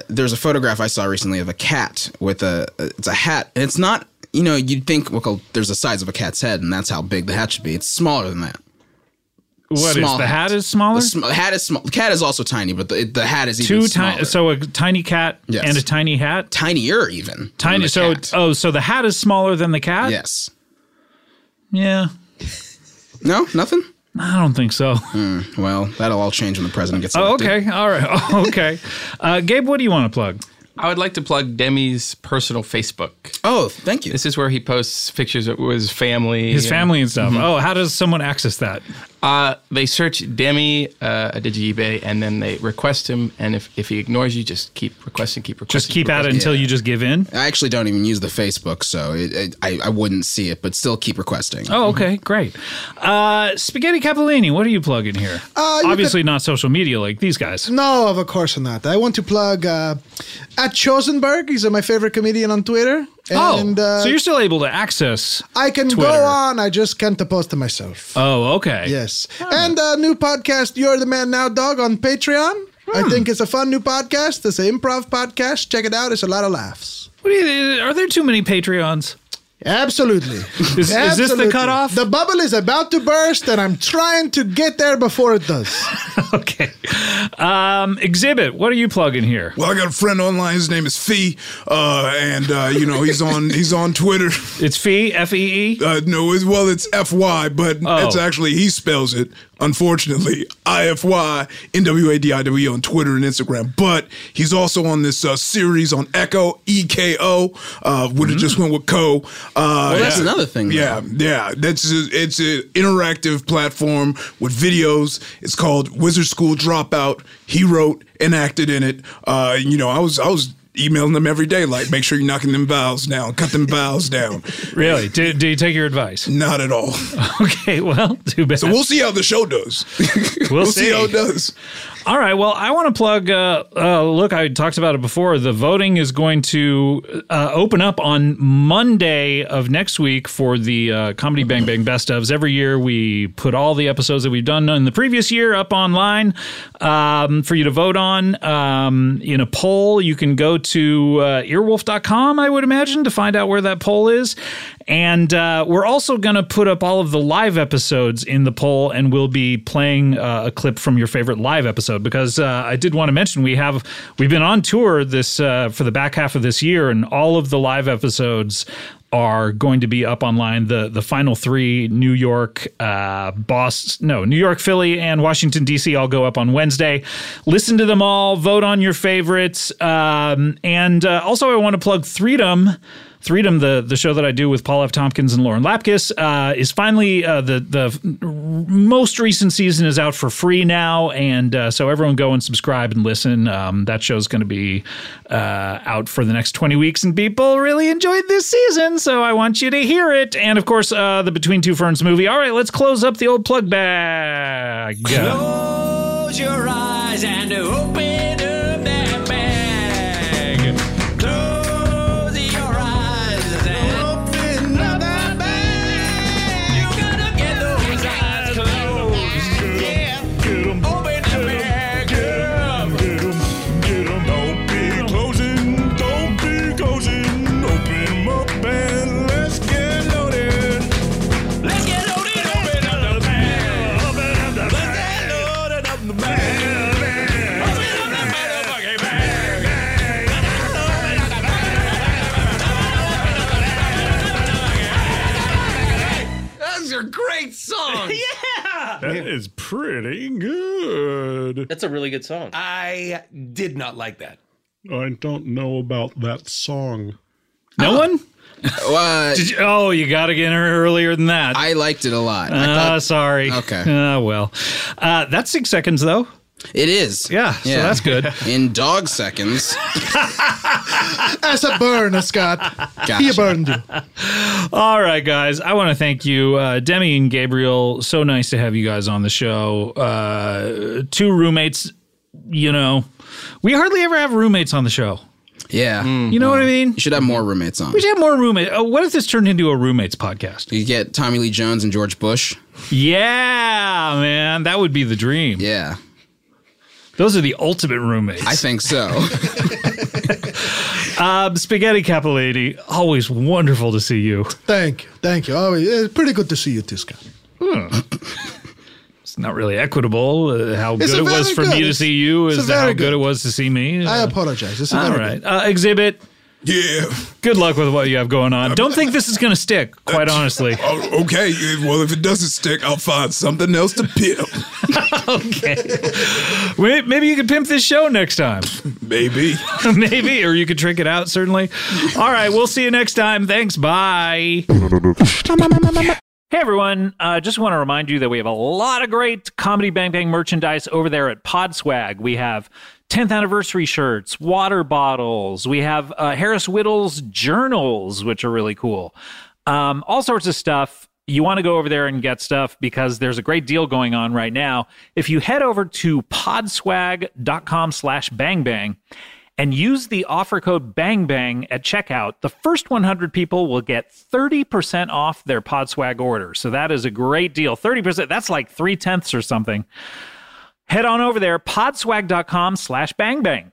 there's a photograph I saw recently of a cat with a it's a hat and it's not you know you'd think well there's the size of a cat's head and that's how big the hat should be it's smaller than that What is small the hat hat. is smaller? the sm- hat is small the cat is also tiny but the, the hat is even Two smaller. tiny, so a tiny cat Yes. and a tiny hat. tinier even than Tiny, the so cat. oh, so the hat is smaller than the cat. yes yeah. no nothing I don't think so. Hmm, well that'll all change when the president gets Oh, elected. okay, all right, Oh, okay. Uh, Gabe, what do you want to plug? I would like to plug Demi's personal Facebook. oh thank you This is where he posts pictures of his family. His family and stuff. Oh, how does someone access that? Uh, they search Demi uh, at Digi eBay and then they request him. And if, if he ignores you, just keep requesting, keep requesting. Just keep at it requesting. until you just give in. I actually don't even use the Facebook so it, it, I I wouldn't see it but still keep requesting Oh, okay, great. Uh, Spaghetti Capellini, what are you plugging here? Uh, you Obviously, not social media like these guys. No, of course not. I want to plug uh, at Chosenberg. He's uh, my favorite comedian on Twitter. And, oh, uh, so you're still able to access. I can Twitter. go on. I just can't post to myself. Oh, okay. yes. And uh, new podcast, You're the Man Now Dog, on Patreon. Hmm. I think it's a fun new podcast. It's an improv podcast. Check it out. It's a lot of laughs. What do you, are there too many Patreons? Absolutely. Is- is this the Absolutely. cutoff? The bubble is about to burst, and I'm trying to get there before it does. Okay. Um, exhibit, what are you plugging here? Well, I got a friend online. His name is Fee, uh, and uh, you know he's on he's on Twitter. It's Fee, F E E. Uh, no, it's, well, it's F Y, but Oh. it's actually he spells it. Unfortunately, I F Y N W A D I W E on Twitter and Instagram. But he's also on this uh, series on Echo E K O. Uh, would have just went with Co. Uh, Mm-hmm. Well, that's another thing, though. Yeah, yeah. That's a, it's an interactive platform with videos. It's called Wizard School Dropout. He wrote and acted in it. Uh, you know, I was I was emailing them every day, like make sure you're knocking them vowels down, cut them vowels down. Really? Did, did you take your advice? Not at all. Okay, well, too bad. So we'll see how the show does. We'll see. how it does. All right. Well, I want to plug. Uh, uh, look, I talked about it before. The voting is going to uh, open up on Monday of next week for the uh, Comedy Bang Bang Best Ofs. Every year, we put all the episodes that we've done in the previous year up online um, for you to vote on um, in a poll. You can go to uh, earwolf.com, I would imagine, to find out where that poll is. And uh, we're also going to put up all of the live episodes in the poll, and we'll be playing uh, a clip from your favorite live episode because uh, I did want to mention we have we've been on tour this uh, for the back half of this year, and all of the live episodes are going to be up online. the The final three: New York, uh, Boston, no, New York, Philly, and Washington D.C. all go up on Wednesday. Listen to them all. Vote on your favorites, um, and uh, also I want to plug Freedom Freedom, the the show that I do with Paul F. Tompkins and Lauren Lapkus, uh, is finally uh, the the most recent season is out for free now, and uh, so everyone go and subscribe and listen. Um, that show's going to be uh, out for the next twenty weeks, and people really enjoyed this season, so I want you to hear it. And of course, uh, the Between Two Ferns movie. All right, let's close up the old plug bag. Close your eyes and open up that bag. Close your eyes and open up that bag. You gotta get those eyes closed. Yeah. Open the bag up. Don't be closing, don't be closing. Open 'em up and let's get loaded. Let's get loaded. Open up the bag. Open up the Let's get bag, loaded up the bag. bag, Open up that motherfucking bag. bag. Those are great songs. That is pretty good. That's a really good song. I did not like that. I don't know about that song. No one. Uh, Did you, oh, you got to get her earlier than that. I liked it a lot. I Ah, thought sorry. Okay. Ah, well, uh, that's six seconds though. it is. Yeah, so that's good. In dog seconds. That's a burn, Scott. He Gotcha. burned you. All right, guys. I want to thank you, uh, Demi and Gabriel. So nice to have you guys on the show. Uh, two roommates. You know, we hardly ever have roommates on the show. Yeah. You know what I mean? You should have more roommates on. Hmm. We should have more roommates. Uh, what if this turned into a roommates podcast? You get Tommy Lee Jones and George Bush. Yeah, man, that would be the dream. Yeah. Those are the ultimate roommates. I think so. Uh, Spaghetti Capolady, always wonderful to see you. Thank you. Thank you. Oh, it's pretty good to see you, too, Scott. It's not really equitable uh, how It's good a it was very for me good- to see you it's a is how very good good- it was to see me. I Uh, apologize. It's all very right. Uh, exhibit, Yeah. good luck with what you have going on. Don't think this is going to stick, quite honestly. Oh, okay. eh, Well, if it doesn't stick, I'll find something else to pimp. Okay. Wait, Maybe you could pimp this show next time. Maybe. Maybe, or you could trick it out, certainly. All right, we'll see you next time. Thanks. Bye. Hey everyone, uh, just want to remind you that we have a lot of great Comedy Bang Bang merchandise over there at Podswag. We have 10th anniversary shirts, water bottles, we have uh, Harris Whittle's journals, which are really cool. Um, all sorts of stuff. You want to go over there and get stuff because there's a great deal going on right now. If you head over to podswag.com slash bangbang, and use the offer code BANGBANG at checkout, the first 100 people will get 30% off their Podswag order. So that is a great deal. 30%, that's like three tenths or something. Head on over there, podswag.com slash bangbang.